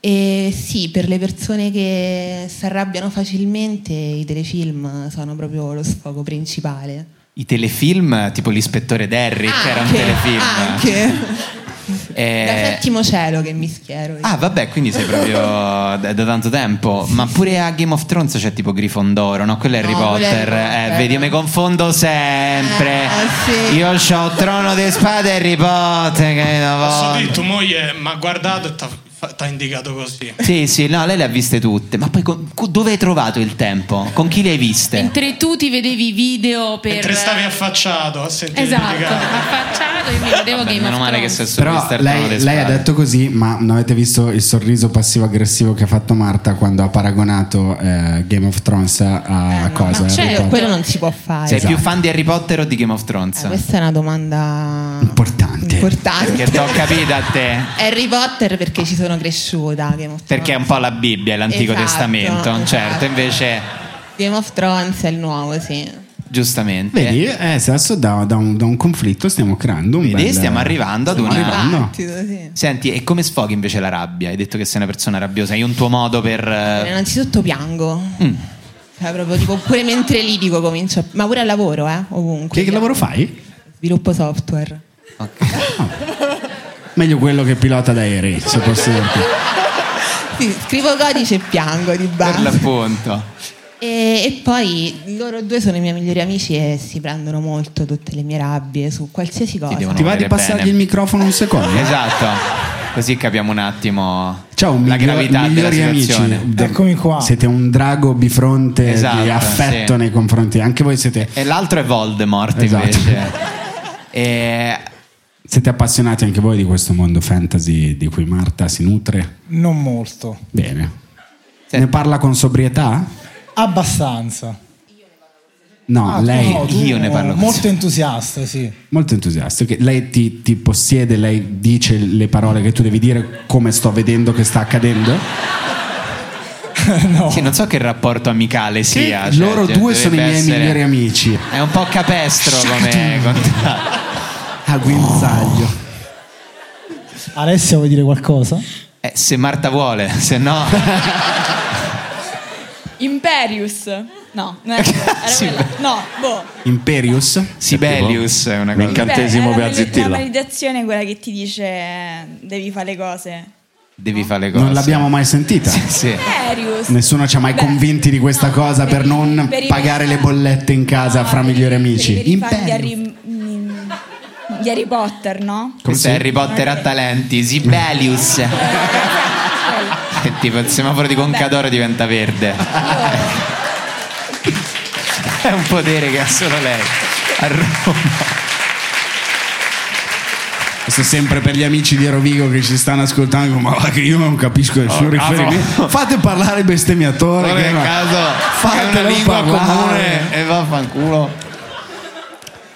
Speaker 15: E sì, per le persone che si arrabbiano facilmente, i telefilm sono proprio lo sfogo principale.
Speaker 5: i telefilm, tipo l'ispettore Derrick, era un
Speaker 15: Anche,
Speaker 5: telefilm.
Speaker 15: Anche
Speaker 5: Ah. Eh,
Speaker 15: da settimo cielo che mi schiero.
Speaker 5: Ah, vabbè, quindi sei proprio da, da tanto tempo. Ma pure a Game of Thrones c'è tipo Grifondoro, no? Quello è Harry
Speaker 15: No, quello è
Speaker 5: Potter.
Speaker 15: Harry
Speaker 5: Eh,
Speaker 15: Potter. Ah,
Speaker 5: vedi, io mi confondo sempre.
Speaker 15: sì.
Speaker 5: Io ho Trono di Spada e Harry Potter. Che una
Speaker 10: Posso
Speaker 5: volta.
Speaker 10: dire, tua moglie mi ha guardato e ti ha indicato così.
Speaker 5: Sì, sì, no, lei le ha viste tutte. Ma poi con- co- dove hai trovato il tempo? Con chi le hai viste?
Speaker 12: Mentre tu ti vedevi i video per...
Speaker 10: Mentre stavi affacciato a sentire
Speaker 12: Esatto,
Speaker 10: indicare.
Speaker 12: affacciato e mi vedevo
Speaker 5: Vabbè,
Speaker 12: Game
Speaker 5: meno
Speaker 12: of
Speaker 5: male che
Speaker 12: Thrones.
Speaker 5: sei solo
Speaker 6: Però lei, lei ha detto così, ma non avete visto il sorriso passivo-aggressivo che ha fatto Marta quando ha paragonato eh, Game of Thrones
Speaker 15: Eh,
Speaker 6: a cosa? eh, Harry Potter?
Speaker 15: cioè, quello non si può fare.
Speaker 5: Ah, certo.
Speaker 15: Cioè,
Speaker 5: Sei
Speaker 6: Esatto.
Speaker 5: più fan di Harry Potter o di Game of Thrones?
Speaker 15: Eh, Questa è una domanda
Speaker 6: importante.
Speaker 5: Perché ti ho capito a te.
Speaker 15: Harry Potter perché ci sono cresciuta, Game of,
Speaker 5: Perché è un po' la Bibbia, è l'Antico
Speaker 15: Esatto,
Speaker 5: Testamento,
Speaker 15: esatto.
Speaker 5: certo, invece
Speaker 15: Game of Thrones è il nuovo, sì.
Speaker 5: giustamente.
Speaker 6: Vedi, eh, se adesso da, da un, da un conflitto stiamo creando un
Speaker 5: Vedi,
Speaker 6: bel-
Speaker 5: stiamo arrivando ad
Speaker 6: stiamo
Speaker 5: una- Eh.
Speaker 6: arrivando.
Speaker 15: Sì.
Speaker 5: Senti, e come sfoghi invece la rabbia? Hai detto che sei una persona rabbiosa, hai un tuo modo per...
Speaker 15: Eh,
Speaker 5: eh,
Speaker 15: Innanzitutto piango.
Speaker 5: Mm.
Speaker 15: Cioè, proprio tipo, pure mentre litigo comincio, a- ma pure al lavoro, eh, ovunque.
Speaker 6: Che, che lavoro fai?
Speaker 15: Sviluppo software.
Speaker 6: Meglio quello che pilota d'aerei, se posso dirti.
Speaker 15: Sì, scrivo codice e piango di
Speaker 5: Per
Speaker 15: base.
Speaker 5: l'appunto.
Speaker 15: E, e poi loro due sono i miei migliori amici e si prendono molto tutte le mie rabbie su qualsiasi cosa.
Speaker 5: devono
Speaker 6: Ti va di
Speaker 5: Volere
Speaker 6: passargli
Speaker 5: bene.
Speaker 6: il microfono un secondo?
Speaker 5: Esatto, così capiamo un attimo
Speaker 6: Ciao,
Speaker 5: la
Speaker 6: miglior-
Speaker 5: gravità della
Speaker 6: migliori
Speaker 5: situazione.
Speaker 6: amici. Eccomi qua. Siete un drago bifronte di
Speaker 5: Esatto,
Speaker 6: affetto
Speaker 5: sì.
Speaker 6: nei confronti. Anche voi siete,
Speaker 5: Eh, E l'altro è Voldemort
Speaker 6: Esatto.
Speaker 5: invece. E...
Speaker 6: siete appassionati anche voi di questo mondo fantasy di cui Marta si nutre.
Speaker 20: Non molto.
Speaker 6: Bene. Ne parla con sobrietà?
Speaker 20: Abbastanza.
Speaker 6: No,
Speaker 20: Ah, tu
Speaker 6: lei.
Speaker 20: no, tu no, Molto entusiasta, sì.
Speaker 6: Molto entusiasta. ok. Lei ti, ti possiede, lei dice le parole che tu devi dire, come sto vedendo che sta accadendo.
Speaker 5: Ah, Sì, non so che rapporto amicale sia. cioè,
Speaker 6: Loro
Speaker 5: cioè,
Speaker 6: due sono i
Speaker 5: dovrebbe
Speaker 6: miei
Speaker 5: essere-
Speaker 6: migliori amici.
Speaker 5: È un po' capestro come... contatto.
Speaker 6: A guinzaglio.
Speaker 20: Alessia vuoi dire qualcosa?
Speaker 5: Eh, se Marta vuole, se no...
Speaker 21: Imperius. No, non è- era quella. No, boh.
Speaker 6: Imperius.
Speaker 5: Sibelius è una cosa.
Speaker 22: L'incantesimo
Speaker 21: Beh,
Speaker 22: per
Speaker 21: era La
Speaker 22: azzittilla.
Speaker 21: meditazione è quella che ti dice eh, devi fare le cose.
Speaker 5: Devi fare le cose.
Speaker 6: Non l'abbiamo mai sentita.
Speaker 5: Sì.
Speaker 21: Imperius.
Speaker 6: Nessuno ci ha mai
Speaker 21: Beh,
Speaker 6: convinti di questa cosa per, non
Speaker 21: per i-
Speaker 6: pagare le bollette in casa fra migliori amici.
Speaker 21: i fan di Harry, mm, di Harry Potter, no?
Speaker 5: Questo è Harry Potter a talenti, Sibelius. Che tipo il semaforo di Concadoro diventa verde. È un potere che ha solo lei. A Roma.
Speaker 6: Questo sempre per gli amici di Rovigo che ci stanno ascoltando, ma va che io non capisco il suo
Speaker 5: Oh, cavolo.
Speaker 6: riferimento. Fate parlare il bestemmiatore.
Speaker 5: Guarda
Speaker 6: che
Speaker 5: che
Speaker 6: va-
Speaker 5: caso, è una
Speaker 6: fatelo
Speaker 5: lingua
Speaker 6: parlare.
Speaker 5: comune e vaffanculo.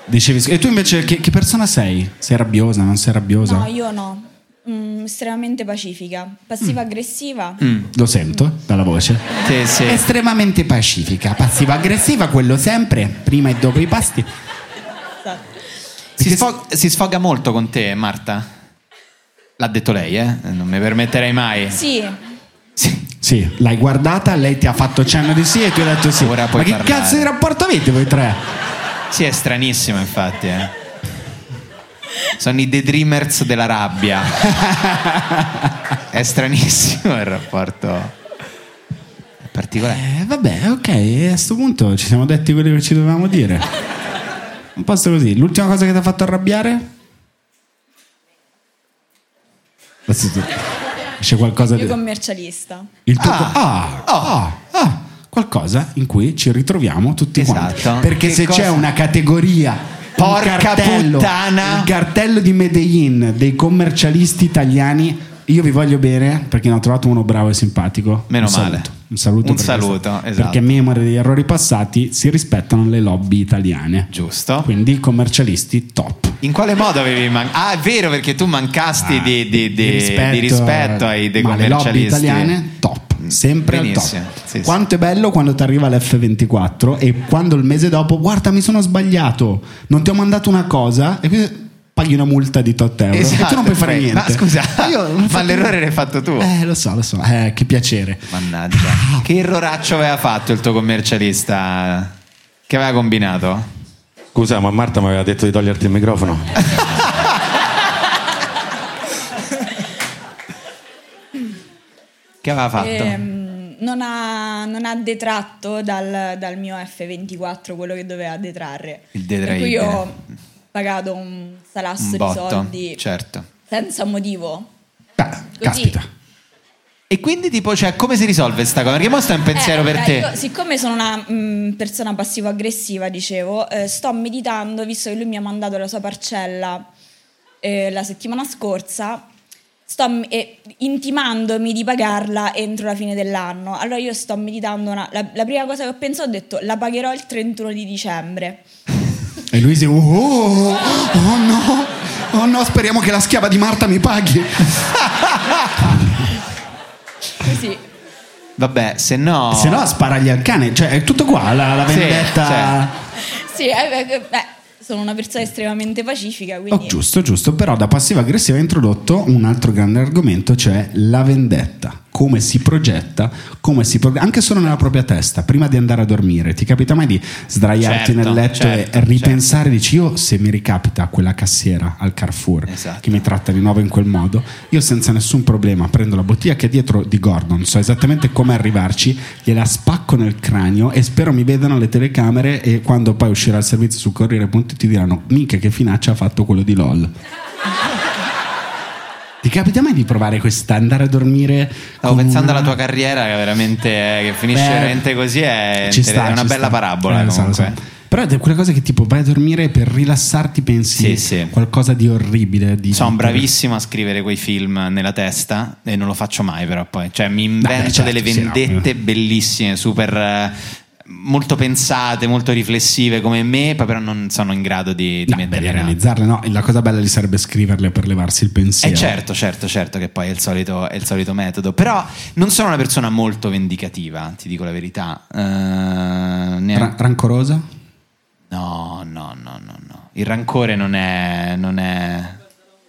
Speaker 6: Dicevi, e tu invece che, che persona sei? Sei rabbiosa, non sei rabbiosa?
Speaker 21: No, io no. Mm, estremamente pacifica, passiva aggressiva.
Speaker 6: Lo sento dalla voce.
Speaker 5: Mm. Sì, sì.
Speaker 6: Estremamente pacifica, passiva aggressiva, quello sempre, prima e dopo i pasti.
Speaker 5: Si, sfo- si sfoga molto con te, Marta? L'ha detto lei, eh? Non mi permetterei mai.
Speaker 21: Sì,
Speaker 6: Sì, l'hai guardata, lei ti ha fatto cenno di sì e tu hai detto sì.
Speaker 5: Ora
Speaker 6: Ma
Speaker 5: puoi
Speaker 6: che
Speaker 5: parlare.
Speaker 6: cazzo di rapporto avete voi tre?
Speaker 5: Sì, è stranissimo, infatti. eh. Sono i The Dreamers della rabbia. è stranissimo il rapporto. È particolare.
Speaker 6: Eh, vabbè, ok, e a sto punto ci siamo detti quello che ci dovevamo dire. Un posto così. L'ultima cosa che ti ha fatto arrabbiare? Adesso tu- C'è qualcosa
Speaker 21: io
Speaker 6: di...
Speaker 21: commercialista.
Speaker 6: Il tuo co- ah,
Speaker 5: Oh.
Speaker 6: ah, ah, qualcosa in cui ci ritroviamo tutti quanti. Perché
Speaker 5: Esatto. Che
Speaker 6: se
Speaker 5: cosa-
Speaker 6: c'è una categoria
Speaker 5: Porca
Speaker 6: un cartello,
Speaker 5: puttana!
Speaker 6: il cartello di Medellin dei commercialisti italiani Io vi voglio bene perché ne ho trovato uno bravo e simpatico.
Speaker 5: Meno
Speaker 6: Un
Speaker 5: male.
Speaker 6: saluto. Un saluto.
Speaker 5: Un
Speaker 6: per
Speaker 5: saluto,
Speaker 6: questa-
Speaker 5: esatto.
Speaker 6: Perché a memoria degli errori passati si rispettano le lobby italiane.
Speaker 5: Giusto.
Speaker 6: Quindi commercialisti top.
Speaker 5: In quale modo avevi mancato? Ah, è vero, perché tu mancasti di, di- di-
Speaker 6: Ah, di rispetto, eh,
Speaker 5: di rispetto ai dei
Speaker 6: ma le lobby
Speaker 5: commercialisti.
Speaker 6: italiane top. Sempre al
Speaker 5: Benissimo,
Speaker 6: top.
Speaker 5: sì, sì.
Speaker 6: Quanto è bello quando ti arriva l'F24 e quando il mese dopo, guarda, mi sono sbagliato, non ti ho mandato una cosa e quindi paghi una multa di tot euro e Eh, tu non puoi fare niente.
Speaker 5: Esatto, Ma scusa,
Speaker 6: ho
Speaker 5: ma
Speaker 6: fatto
Speaker 5: l'errore
Speaker 6: niente.
Speaker 5: l'hai fatto tu.
Speaker 6: Eh, lo so, lo so, eh, che piacere.
Speaker 5: Mannaggia. Che erroraccio aveva fatto il tuo commercialista? Che aveva combinato?
Speaker 1: Scusa, ma Marta mi aveva detto di toglierti il microfono.
Speaker 5: Che aveva fatto?
Speaker 21: Ehm, non, ha, non ha detratto dal, dal mio F24 quello che doveva detrarre.
Speaker 5: Il
Speaker 21: Per cui
Speaker 5: detraibile.
Speaker 21: io ho pagato un salasso
Speaker 5: Un
Speaker 21: di
Speaker 5: botto,
Speaker 21: soldi
Speaker 5: certo.
Speaker 21: senza motivo. Così. Eh,
Speaker 5: Caspita. E quindi tipo, cioè, come si risolve sta cosa? Perché mo sta un pensiero
Speaker 21: Eh,
Speaker 5: per
Speaker 21: beh,
Speaker 5: te.
Speaker 21: io, siccome sono una mh, persona passivo-aggressiva, dicevo, eh, sto meditando, visto che lui mi ha mandato la sua parcella eh, la settimana scorsa, sto m- e- intimandomi di pagarla entro la fine dell'anno. Allora io sto meditando, una- la, la prima cosa che ho pensato ho detto, la pagherò il 31 di dicembre.
Speaker 13: E lui si. Oh, oh, oh no, oh no, speriamo che la schiava di Marta mi paghi.
Speaker 21: Così.
Speaker 5: Vabbè, se no...
Speaker 6: Se no sparagli al cane, cioè è tutto qua, la, la
Speaker 5: Sì, cioè,
Speaker 6: vendetta...
Speaker 21: Sì, eh, beh, beh, sono una persona estremamente pacifica,
Speaker 5: Oh,
Speaker 21: quindi...
Speaker 6: Oh, Giusto, giusto, però da passiva aggressiva ha introdotto un altro grande argomento, cioè la vendetta. Come si progetta, come si pro- anche solo nella propria testa, prima di andare a dormire. Ti capita mai di sdraiarti
Speaker 5: Certo,
Speaker 6: nel letto
Speaker 5: certo,
Speaker 6: e ripensare, dici io se mi ricapita quella cassiera al Carrefour
Speaker 5: Esatto.
Speaker 6: che mi tratta di nuovo in quel modo, io senza nessun problema prendo la bottiglia che è dietro di Gordon, so esattamente come arrivarci, gliela spacco nel cranio e spero mi vedano le telecamere e quando poi uscirà il servizio su Corriere.it ti diranno minchia che finaccia ha fatto quello di LOL. Ti capita mai di provare questa andare a dormire?
Speaker 5: Stavo
Speaker 6: con
Speaker 5: pensando
Speaker 6: una-
Speaker 5: alla tua carriera che veramente eh, che finisce
Speaker 6: Beh,
Speaker 5: veramente così è,
Speaker 6: ci sta,
Speaker 5: inter- è una
Speaker 6: ci
Speaker 5: bella
Speaker 6: sta.
Speaker 5: parabola
Speaker 6: Eh, lo so, lo
Speaker 5: comunque.
Speaker 6: so. Però è quella cosa che tipo vai a dormire per rilassarti pensi qualcosa di orribile. Di,
Speaker 5: Sono bravissimo a scrivere quei film nella testa e non lo faccio mai però poi, cioè mi invento
Speaker 6: certo,
Speaker 5: delle
Speaker 6: sì, no.
Speaker 5: vendette bellissime, super eh, molto pensate, molto riflessive come me, poi però non sono in grado di, di metterle in atto.
Speaker 6: Realizzarle, no? La cosa bella lì sarebbe scriverle per levarsi il pensiero.
Speaker 5: Eh certo, certo, certo che poi è il, solito, è il solito metodo, però non sono una persona molto vendicativa, ti dico la verità. Eh, neanche-
Speaker 6: Ra- rancorosa?
Speaker 5: No, no, no, no, no. Il rancore non è, non è...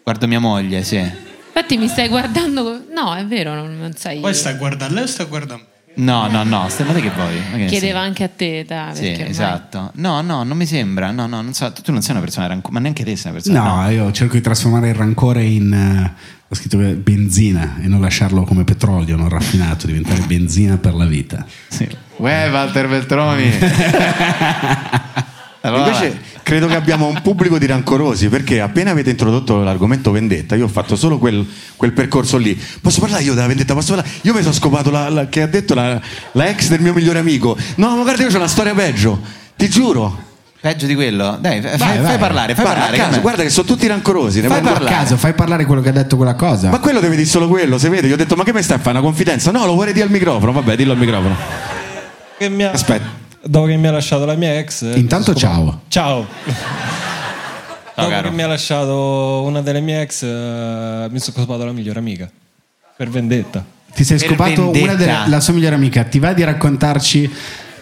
Speaker 5: Guardo mia moglie, sì.
Speaker 12: Infatti mi stai guardando... co- No, è vero, non, non sai...
Speaker 10: Poi stai a guardare lei o stai a guardare me?
Speaker 5: No, no, no, stai te che vuoi. Ma che ne
Speaker 12: Chiedeva anche a te, da,
Speaker 5: sei?
Speaker 12: perché
Speaker 5: Sì,
Speaker 12: ormai-
Speaker 5: esatto. No, no, non mi sembra. No, no, non so. Tu non sei una persona rancore, ma neanche te sei una persona
Speaker 6: No, eh. io cerco di trasformare il rancore in eh, ho scritto che- benzina e non lasciarlo come petrolio non raffinato, diventare benzina per la vita.
Speaker 5: Uè, Walter Veltroni.
Speaker 1: Invece credo che abbiamo un pubblico di rancorosi perché appena avete introdotto l'argomento vendetta, io ho fatto solo quel, quel percorso lì. Posso parlare io della vendetta? Posso parlare? Io mi sono scopato la, la- che ha detto la, la ex del mio migliore amico. No, ma guarda, io ho una storia peggio, ti giuro.
Speaker 5: Peggio di quello? Dai, fai, fai
Speaker 6: vai.
Speaker 5: parlare, fai
Speaker 1: guarda, a
Speaker 5: parlare.
Speaker 1: caso,
Speaker 5: com'è?
Speaker 1: guarda che sono tutti rancorosi, ne
Speaker 6: Fai
Speaker 1: prendo a
Speaker 6: parlare. caso, fai parlare quello che ha detto quella cosa.
Speaker 1: Ma quello deve dire solo quello, se vede, gli ho detto ma che mi stai a fare una confidenza? No, lo vuole dire al microfono, vabbè, dillo al microfono.
Speaker 23: Che mi ha-
Speaker 1: Aspetta.
Speaker 23: Dopo che mi ha lasciato la mia ex. eh,
Speaker 6: Intanto
Speaker 23: scop-
Speaker 6: ciao.
Speaker 23: Ciao. Dopo
Speaker 6: caro.
Speaker 23: che mi ha lasciato una delle mie ex, eh, mi sono scopato la migliore amica. Per vendetta.
Speaker 6: Ti sei scopato una della la sua migliore amica. Ti va di raccontarci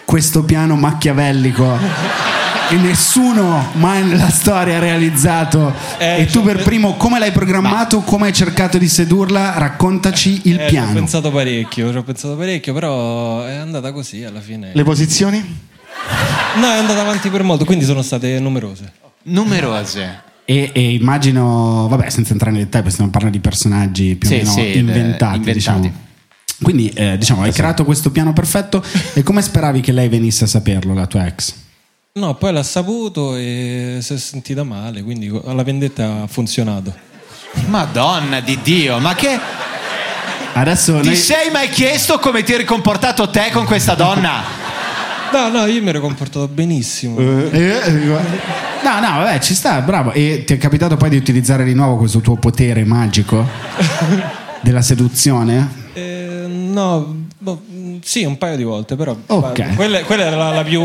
Speaker 6: questo piano macchiavellico che nessuno mai nella storia ha realizzato?
Speaker 23: Eh,
Speaker 6: e tu
Speaker 23: cioè,
Speaker 6: per primo come l'hai programmato, come hai cercato di sedurla? Raccontaci il
Speaker 23: Eh, Ci ho
Speaker 6: piano.
Speaker 23: pensato parecchio, ci ho pensato parecchio, però è andata così alla fine.
Speaker 1: Le posizioni?
Speaker 23: No, è andata avanti per molto, quindi sono state numerose.
Speaker 5: Numerose.
Speaker 6: E, e immagino, vabbè, senza entrare nei dettagli, possiamo parlare di personaggi più o
Speaker 23: Sì,
Speaker 6: meno
Speaker 23: sì, eh,
Speaker 6: inventati,
Speaker 23: inventati.
Speaker 6: diciamo. Quindi, eh, diciamo,
Speaker 1: Esatto.
Speaker 6: hai creato questo piano perfetto e come speravi che lei venisse a saperlo, la tua ex?
Speaker 23: No, poi l'ha saputo e si è sentita male, quindi co- la vendetta ha funzionato.
Speaker 5: Madonna di Dio, ma che...
Speaker 6: Adesso
Speaker 5: Ti
Speaker 23: noi-
Speaker 5: sei mai chiesto come ti eri comportato te con questa donna?
Speaker 23: No, no, io mi ero comportato benissimo.
Speaker 13: Eh?
Speaker 6: No, no, vabbè, ci sta, bravo. E ti è capitato poi di utilizzare di nuovo questo tuo potere magico?
Speaker 13: Della seduzione?
Speaker 23: Eh, no, boh, mh, sì, un paio di volte, però
Speaker 13: Ok.
Speaker 23: quella, quella era la, la più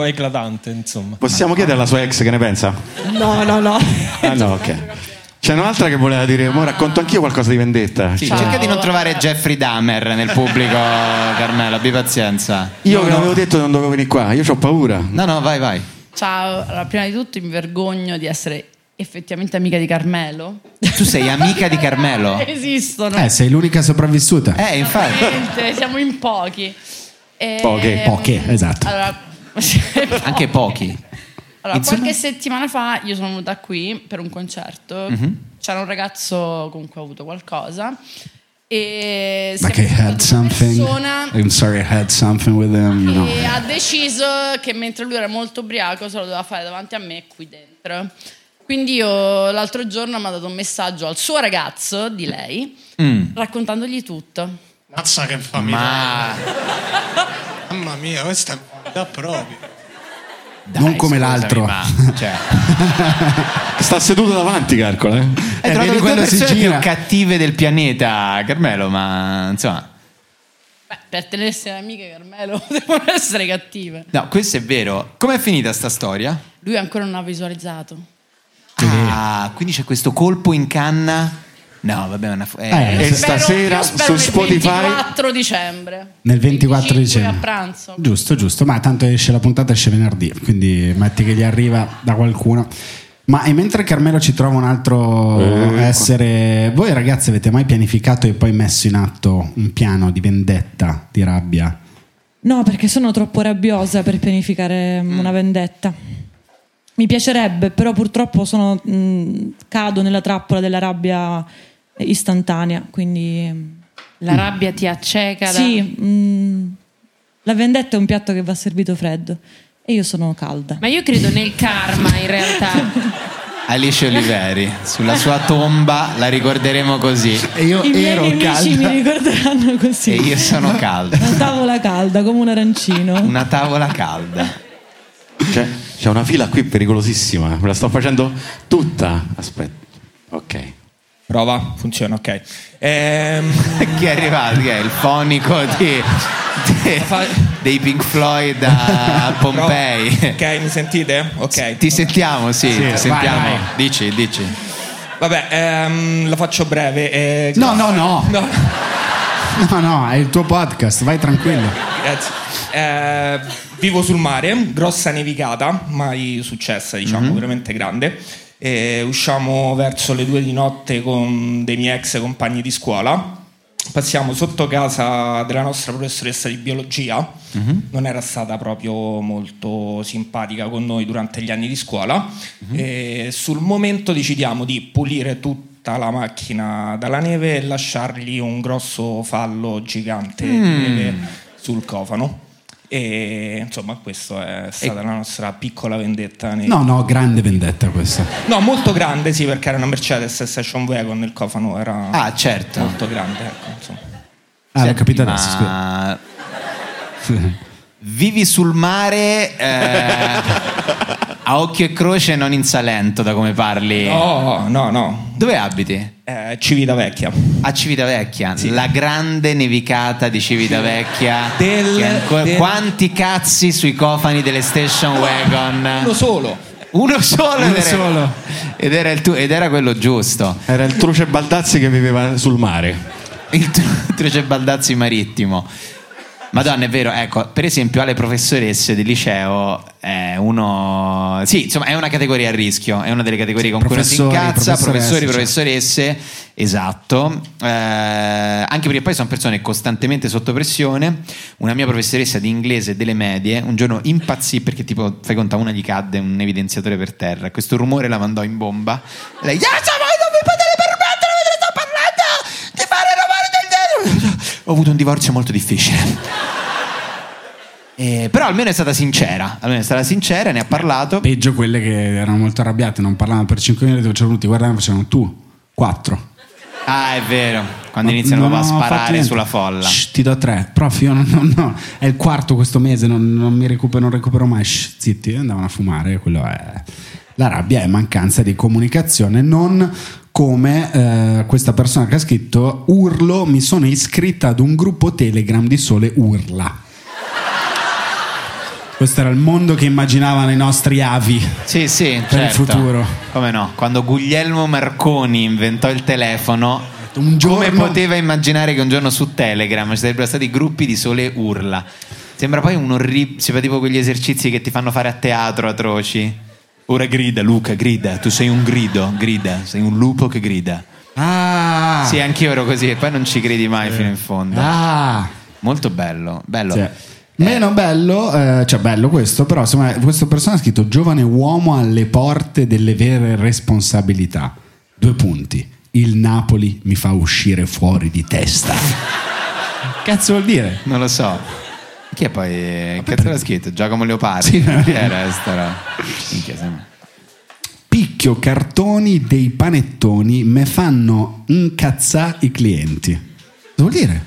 Speaker 23: eclatante, insomma.
Speaker 1: Possiamo chiedere alla sua ex che ne pensa?
Speaker 23: No, no, no.
Speaker 1: Ah no, ok. C'è un'altra che voleva dire, ma racconto anch'io qualcosa di vendetta.
Speaker 5: Sì, cerca di non trovare Jeffrey Dahmer nel pubblico, Carmelo, abbi pazienza.
Speaker 1: Io ve l'avevo detto che non dovevo venire qua, io ho paura.
Speaker 5: No, no, vai, vai.
Speaker 2: Ciao, allora, prima di tutto mi vergogno di essere effettivamente amica di Carmelo.
Speaker 5: Tu sei amica di Carmelo?
Speaker 2: Esistono.
Speaker 13: Eh, sei l'unica sopravvissuta.
Speaker 5: Eh,
Speaker 2: Veramente, siamo in pochi. E- ehm,
Speaker 13: Poche, poche, esatto.
Speaker 2: Allora,
Speaker 5: Anche pochi.
Speaker 2: allora,
Speaker 5: Insomma-
Speaker 2: qualche settimana fa io sono venuta qui per un concerto.
Speaker 5: Mhm.
Speaker 2: C'era un ragazzo con cui ho avuto qualcosa. E
Speaker 13: Ma
Speaker 2: siamo
Speaker 13: che eh, had something.
Speaker 2: persona-
Speaker 13: I'm sorry, I had something with him. No.
Speaker 2: E ha deciso che mentre lui era molto ubriaco se lo doveva fare davanti a me qui dentro. Quindi io l'altro giorno mi ha dato un messaggio al suo ragazzo di lei
Speaker 5: Mm.
Speaker 2: raccontandogli tutto.
Speaker 10: Mazza che famiglia.
Speaker 5: Ma...
Speaker 10: Mamma mia, questa è una proprio.
Speaker 13: non come l'altro.
Speaker 5: cioè,
Speaker 1: Sta seduto davanti, calcola. Eh.
Speaker 5: Hai trovato le due persone più cattive del pianeta, Carmelo, ma insomma...
Speaker 2: Beh, per tenersi le amiche Carmelo devono essere cattive.
Speaker 5: No, questo è vero. Com'è finita sta storia?
Speaker 2: Lui ancora non ha visualizzato.
Speaker 5: Ah, quindi c'è questo colpo in canna. No, vabbè, è una fu- eh,
Speaker 13: Eh,
Speaker 2: Io
Speaker 13: E
Speaker 2: spero-
Speaker 13: stasera
Speaker 2: io spero
Speaker 13: su
Speaker 2: nel
Speaker 13: Spotify-
Speaker 2: 24 dicembre.
Speaker 13: Nel 24
Speaker 2: 25
Speaker 13: dicembre.
Speaker 2: a pranzo.
Speaker 13: Giusto, giusto. Ma tanto esce la puntata, esce venerdì. Quindi metti che gli arriva da qualcuno. Ma e mentre Carmelo ci trova un altro
Speaker 1: Eh,
Speaker 13: essere. Voi ragazzi avete mai pianificato e poi messo in atto un piano di vendetta, di rabbia?
Speaker 7: No, perché sono troppo rabbiosa per pianificare mm, una vendetta. Mi piacerebbe, però purtroppo sono, mm, cado nella trappola della rabbia istantanea, quindi... mm.
Speaker 12: La rabbia ti acceca. da-
Speaker 7: Sì, mm, la vendetta è un piatto che va servito freddo e io sono calda.
Speaker 12: Ma io credo nel karma in realtà.
Speaker 5: Alice Oliveri, sulla sua tomba la ricorderemo così.
Speaker 13: E io
Speaker 7: I miei amici mi ricorderanno così.
Speaker 5: E io sono calda.
Speaker 7: Una tavola calda come un arancino.
Speaker 5: Una tavola calda.
Speaker 1: C'è, c'è una fila qui pericolosissima, me la sto facendo tutta. Aspetta, ok.
Speaker 5: Eh,
Speaker 3: Prova, funziona, ok. Ehm...
Speaker 5: Chi è arrivato? Chi è il fonico di- di- dei Pink Floyd a Pompei?
Speaker 3: Ok, mi sentite? Ok.
Speaker 5: Ti sentiamo, sì,
Speaker 3: Sì,
Speaker 5: ti
Speaker 3: vai,
Speaker 5: sentiamo.
Speaker 3: vai.
Speaker 5: Dici, dici.
Speaker 3: Vabbè, ehm, la faccio breve. eh,
Speaker 13: No, no, no.
Speaker 3: No.
Speaker 13: No, no, è il tuo podcast, vai tranquillo.
Speaker 3: Grazie. Eh, vivo sul mare, grossa nevicata, mai successa, diciamo,
Speaker 13: Mhm.
Speaker 3: veramente grande. E usciamo verso le due di notte con dei miei ex compagni di scuola. Passiamo sotto casa della nostra professoressa di biologia, non era stata proprio molto simpatica con noi durante gli anni di scuola.
Speaker 5: Mhm.
Speaker 3: E sul momento decidiamo di pulire tutta la macchina dalla neve e lasciargli un grosso fallo gigante di
Speaker 5: Mm.
Speaker 3: neve sul cofano. E insomma, questa è stata la nostra piccola vendetta. nei-
Speaker 13: No, no, grande vendetta questa.
Speaker 3: No, molto grande, sì, perché era una Mercedes Station Wagon, il cofano era
Speaker 5: Ah, certo.
Speaker 3: molto grande. Ecco, insomma.
Speaker 13: Ah, l'ho capito
Speaker 5: Ma-
Speaker 13: adesso, scusa.
Speaker 5: Vivi sul mare eh, a occhio e croce, non in Salento, da come parli.
Speaker 3: No, no, no. Eh,
Speaker 5: Dove abiti?
Speaker 3: Civitavecchia.
Speaker 5: A Civitavecchia, la grande nevicata di Civitavecchia.
Speaker 3: Del-
Speaker 5: che ancora-
Speaker 3: del-
Speaker 5: Quanti cazzi sui cofani delle station wagon?
Speaker 3: Uno solo.
Speaker 5: Uno solo,
Speaker 1: Uno
Speaker 5: ed era-
Speaker 1: solo.
Speaker 5: Ed, era il tu- ed era quello giusto.
Speaker 1: Era il truce Baldazzi che viveva sul mare.
Speaker 5: Il tru- truce Baldazzi marittimo. Madonna, è vero, ecco, per esempio alle professoresse del liceo è uno... Sì, insomma, è una categoria a rischio, è una delle categorie con cui uno si
Speaker 14: Professori,
Speaker 5: incazza, professori,
Speaker 14: professoresse,
Speaker 5: professoresse, esatto, Eh, anche perché poi sono persone costantemente sotto pressione. Una mia professoressa di inglese delle medie un giorno impazzì perché tipo, fai conto, a una gli cadde un evidenziatore per terra, questo rumore la mandò in bomba. Lei, "Yes, voi non vi potete permettere, vedete, sto parlando di fare rumore del ho avuto un divorzio molto difficile. Eh, però almeno è stata sincera, almeno è stata sincera, ne ha parlato.
Speaker 13: Peggio quelle che erano molto arrabbiate, non parlavano per 5 minuti, dove c'erano tutti, guardavano, facevano tu, 4.
Speaker 5: Ah, è vero, quando iniziano
Speaker 13: non
Speaker 5: proprio
Speaker 13: ho
Speaker 5: a
Speaker 13: fatto
Speaker 5: sparare
Speaker 13: niente.
Speaker 5: sulla folla.
Speaker 13: Shh, ti do 3, prof, io non, non- no, è il quarto questo mese, non, non mi recupero, non recupero mai, Shh, zitti, andavano a fumare, quello è... La rabbia è mancanza di comunicazione, non
Speaker 6: come eh, questa persona che ha scritto urlo mi sono iscritta ad un gruppo Telegram di sole urla. Questo era il mondo che immaginavano i nostri avi.
Speaker 5: Sì, sì,
Speaker 6: Per il
Speaker 5: certo.
Speaker 6: futuro.
Speaker 5: Come no? Quando Guglielmo Marconi inventò il telefono,
Speaker 13: Certo,
Speaker 5: come
Speaker 6: giorno-
Speaker 5: poteva immaginare che un giorno su Telegram ci sarebbero stati gruppi di sole urla? Sembra poi un orribile, sembra tipo quegli esercizi che ti fanno fare a teatro atroci. Ora grida, Luca, grida, tu sei un grido, grida, sei un lupo che grida.
Speaker 6: Ah! Eh.
Speaker 5: Sì, anch'io ero così e poi non ci credi mai fino in fondo.
Speaker 6: Ah!
Speaker 5: Molto bello, bello.
Speaker 6: Sì. Meno bello, eh, cioè bello questo, però insomma, questa persona ha scritto giovane uomo alle porte delle vere responsabilità. Due punti. Il Napoli mi fa uscire fuori di testa. Cazzo vuol dire?
Speaker 5: Non lo so. Chi è poi? Che cazzo l'ha scritto? Giacomo Leopardi.
Speaker 6: Sì,
Speaker 5: Chi era questa roba? Minchia, sembra-
Speaker 6: Picchio cartoni dei panettoni me fanno incazzare i clienti. Cosa vuol dire?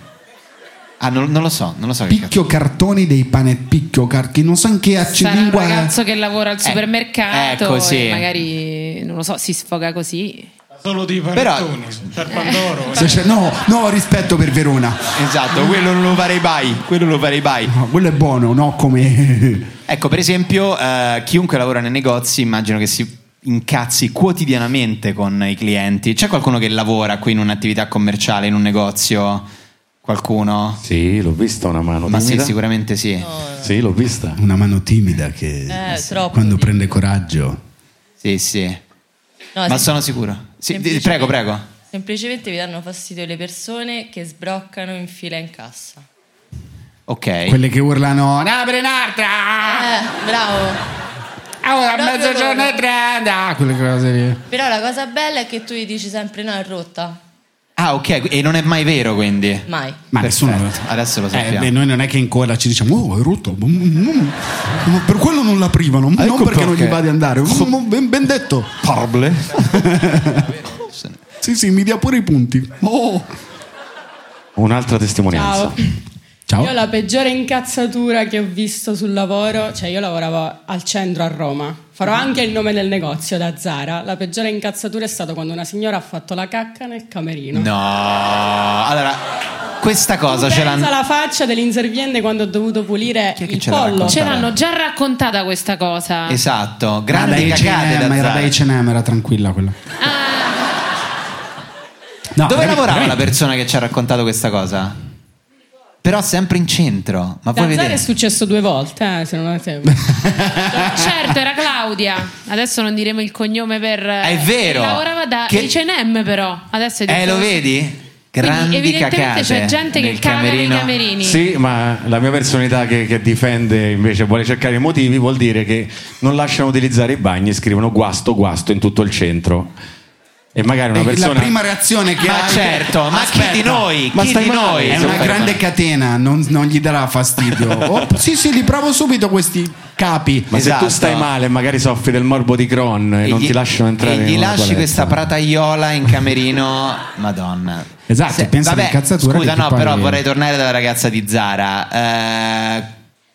Speaker 5: Ah, non, non lo so, non lo so. che cazzo.
Speaker 6: Picchio cartoni dei panettoni. Picchio cartoni. Non so in che
Speaker 12: Sarà un
Speaker 6: lingua.
Speaker 12: ragazzo che lavora
Speaker 5: Eh,
Speaker 12: al supermercato
Speaker 6: ecco, sì.
Speaker 12: e magari, non lo so, si sfoga così. Eh,
Speaker 10: Solo di panettoni, per Pandoro.
Speaker 6: Se c'è- no, no, rispetto per Verona.
Speaker 5: Esatto, quello non lo farei mai. Quello non lo farei mai.
Speaker 6: No, quello è buono, no? Come.
Speaker 5: Ecco, per esempio, eh, chiunque lavora nei negozi immagino che si incazzi quotidianamente con i clienti. C'è qualcuno che lavora qui in un'attività commerciale, in un negozio? Qualcuno?
Speaker 1: Sì, l'ho vista una mano
Speaker 5: Ma sì,
Speaker 1: timida.
Speaker 5: sicuramente sì.
Speaker 1: Sì, l'ho vista.
Speaker 6: Una mano timida che
Speaker 2: Eh, troppo
Speaker 6: quando prende coraggio.
Speaker 5: Sì, sì.
Speaker 2: No,
Speaker 5: Ma
Speaker 2: sì.
Speaker 5: sono sicuro. Sì, di-
Speaker 2: Semplicemente-
Speaker 5: prego, prego.
Speaker 2: Semplicemente vi danno fastidio le persone che sbroccano in fila in cassa.
Speaker 5: Ok.
Speaker 6: Quelle che urlano. "No!"
Speaker 2: per un'altra! Eh, bravo. Ora
Speaker 6: a mezzogiorno e trenta. Quelle cose lì.
Speaker 2: Però la cosa bella è che tu gli dici sempre no, è rotta.
Speaker 5: Ah, ok, e non è mai vero quindi.
Speaker 2: Mai.
Speaker 6: Ma nessuno.
Speaker 5: Adesso lo
Speaker 6: Eh,
Speaker 5: sappiamo.
Speaker 6: beh, noi non è che in coda ci diciamo, oh, è rotto. mm, mm, mm." Ma per quello non la privano, non
Speaker 5: ecco
Speaker 6: perché, non gli
Speaker 5: perché.
Speaker 6: va di andare. Mm, mm, Ben, ben detto.
Speaker 5: Parble.
Speaker 6: sì, sì, mi dia pure i punti. Oh.
Speaker 1: Un'altra testimonianza.
Speaker 4: Ciao. Io la peggiore incazzatura che ho visto sul lavoro, cioè io lavoravo al centro a Roma, farò
Speaker 5: Mm-hmm.
Speaker 4: anche il nome del negozio da Zara, la peggiore incazzatura è stata quando una signora ha fatto la cacca nel camerino.
Speaker 5: No. Allora, questa cosa ce
Speaker 4: Pensa
Speaker 5: l'hanno.
Speaker 4: la faccia dell'inserviente quando ho dovuto pulire
Speaker 5: è che
Speaker 4: il
Speaker 5: ce l'ha
Speaker 4: pollo.
Speaker 5: raccontata? Ce l'hanno
Speaker 4: già raccontata questa cosa.
Speaker 5: Esatto,
Speaker 6: Ma
Speaker 5: grandi
Speaker 6: dai,
Speaker 5: cacate
Speaker 6: H&M,
Speaker 5: da
Speaker 6: era
Speaker 5: Zara.
Speaker 6: dai H&M, era tranquilla quella. No,
Speaker 5: Dove
Speaker 6: veramente,
Speaker 5: lavorava la
Speaker 6: veramente.
Speaker 5: persona che ci ha raccontato questa cosa? Però sempre in centro. Ma
Speaker 4: Da
Speaker 5: vuoi
Speaker 4: Zara
Speaker 5: vedere?
Speaker 4: è successo due volte, eh, se non se-
Speaker 12: Certo, era Claudia. Adesso non diremo il cognome per...
Speaker 5: È vero.
Speaker 12: Lavorava da
Speaker 5: Che-
Speaker 12: H&M però. Adesso è
Speaker 5: Eh,
Speaker 12: diventato-
Speaker 5: lo vedi?
Speaker 12: Quindi
Speaker 5: Grandi
Speaker 12: evidentemente
Speaker 5: cacate.
Speaker 12: c'è gente che
Speaker 5: nel
Speaker 12: caga nei
Speaker 5: camerino.
Speaker 12: camerini.
Speaker 1: Sì, ma la mia personalità che, che difende invece vuole cercare i motivi vuol dire che non lasciano utilizzare i bagni, scrivono guasto guasto in tutto il centro. E magari una
Speaker 6: E
Speaker 1: persona
Speaker 6: Eh, La prima reazione che
Speaker 5: Ma
Speaker 6: hai-
Speaker 5: certo, ma chi
Speaker 6: Aspetta,
Speaker 5: di noi?
Speaker 6: Ma
Speaker 5: Chi
Speaker 6: stai
Speaker 5: di
Speaker 6: male?
Speaker 5: noi?
Speaker 6: È una
Speaker 5: Super-
Speaker 6: grande catena, non, non gli darà fastidio. Oh, sì, sì, li provo subito questi capi.
Speaker 1: Ma se tu stai male, e magari soffri del morbo di Crohn e, non
Speaker 5: gli-
Speaker 1: ti lasciano entrare
Speaker 5: Esatto. E
Speaker 1: in
Speaker 5: gli
Speaker 1: una
Speaker 5: lasci
Speaker 1: toilette.
Speaker 5: questa prataiola in camerino, madonna.
Speaker 6: Esatto, pensa all'incazzatura
Speaker 5: Scusa,
Speaker 6: che ti
Speaker 5: no,
Speaker 6: pare-
Speaker 5: però vorrei tornare dalla ragazza di Zara. Eh,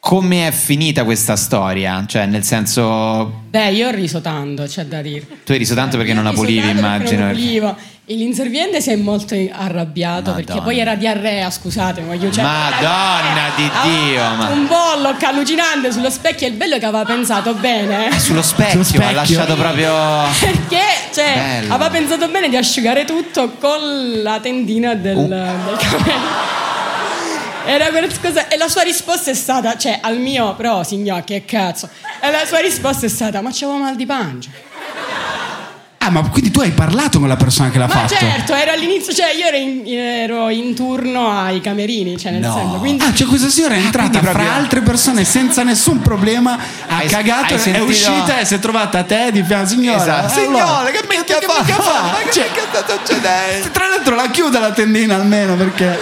Speaker 5: come è finita questa storia? Cioè, nel senso,
Speaker 4: Beh, io ho riso tanto, c'è da dire.
Speaker 5: tu hai riso tanto perché non la
Speaker 4: Riso
Speaker 5: pulivi,
Speaker 4: tanto perché
Speaker 5: immagino.
Speaker 4: non pulivo. E L'inserviente si è molto arrabbiato perché
Speaker 5: Madonna.
Speaker 4: poi era diarrea, scusate, ma io cioè, ah,
Speaker 5: Madonna di Dio, ma-
Speaker 4: un bollo allucinante sullo specchio e il bello che aveva pensato bene.
Speaker 6: Ah,
Speaker 5: Sullo specchio, ha lasciato proprio.
Speaker 4: Perché cioè,
Speaker 5: Bello.
Speaker 4: aveva pensato bene di asciugare tutto con la tendina del,
Speaker 6: Uh.
Speaker 4: del capello. Era per scusa- e la sua risposta è stata, cioè al mio, però signora, che cazzo. E la sua risposta è stata, ma c'avevo mal di pancia.
Speaker 6: Ah, ma quindi tu hai parlato con la persona che l'ha
Speaker 4: Ma
Speaker 6: fatto?
Speaker 4: certo, ero all'inizio, cioè io ero in, ero in turno ai camerini, cioè nel
Speaker 6: No.
Speaker 4: senso, quindi
Speaker 6: Ah, cioè questa signora è entrata fra altre persone senza nessun problema, ha
Speaker 5: Hai- hai
Speaker 6: cagato, è
Speaker 5: sentito-
Speaker 6: uscita e si è trovata a te di fianco, Ah, signora.
Speaker 5: Esatto. Signora, che minchia fa? Ma che sta succedendo?
Speaker 6: Cioè, Tra l'altro la chiuda la tendina almeno perché...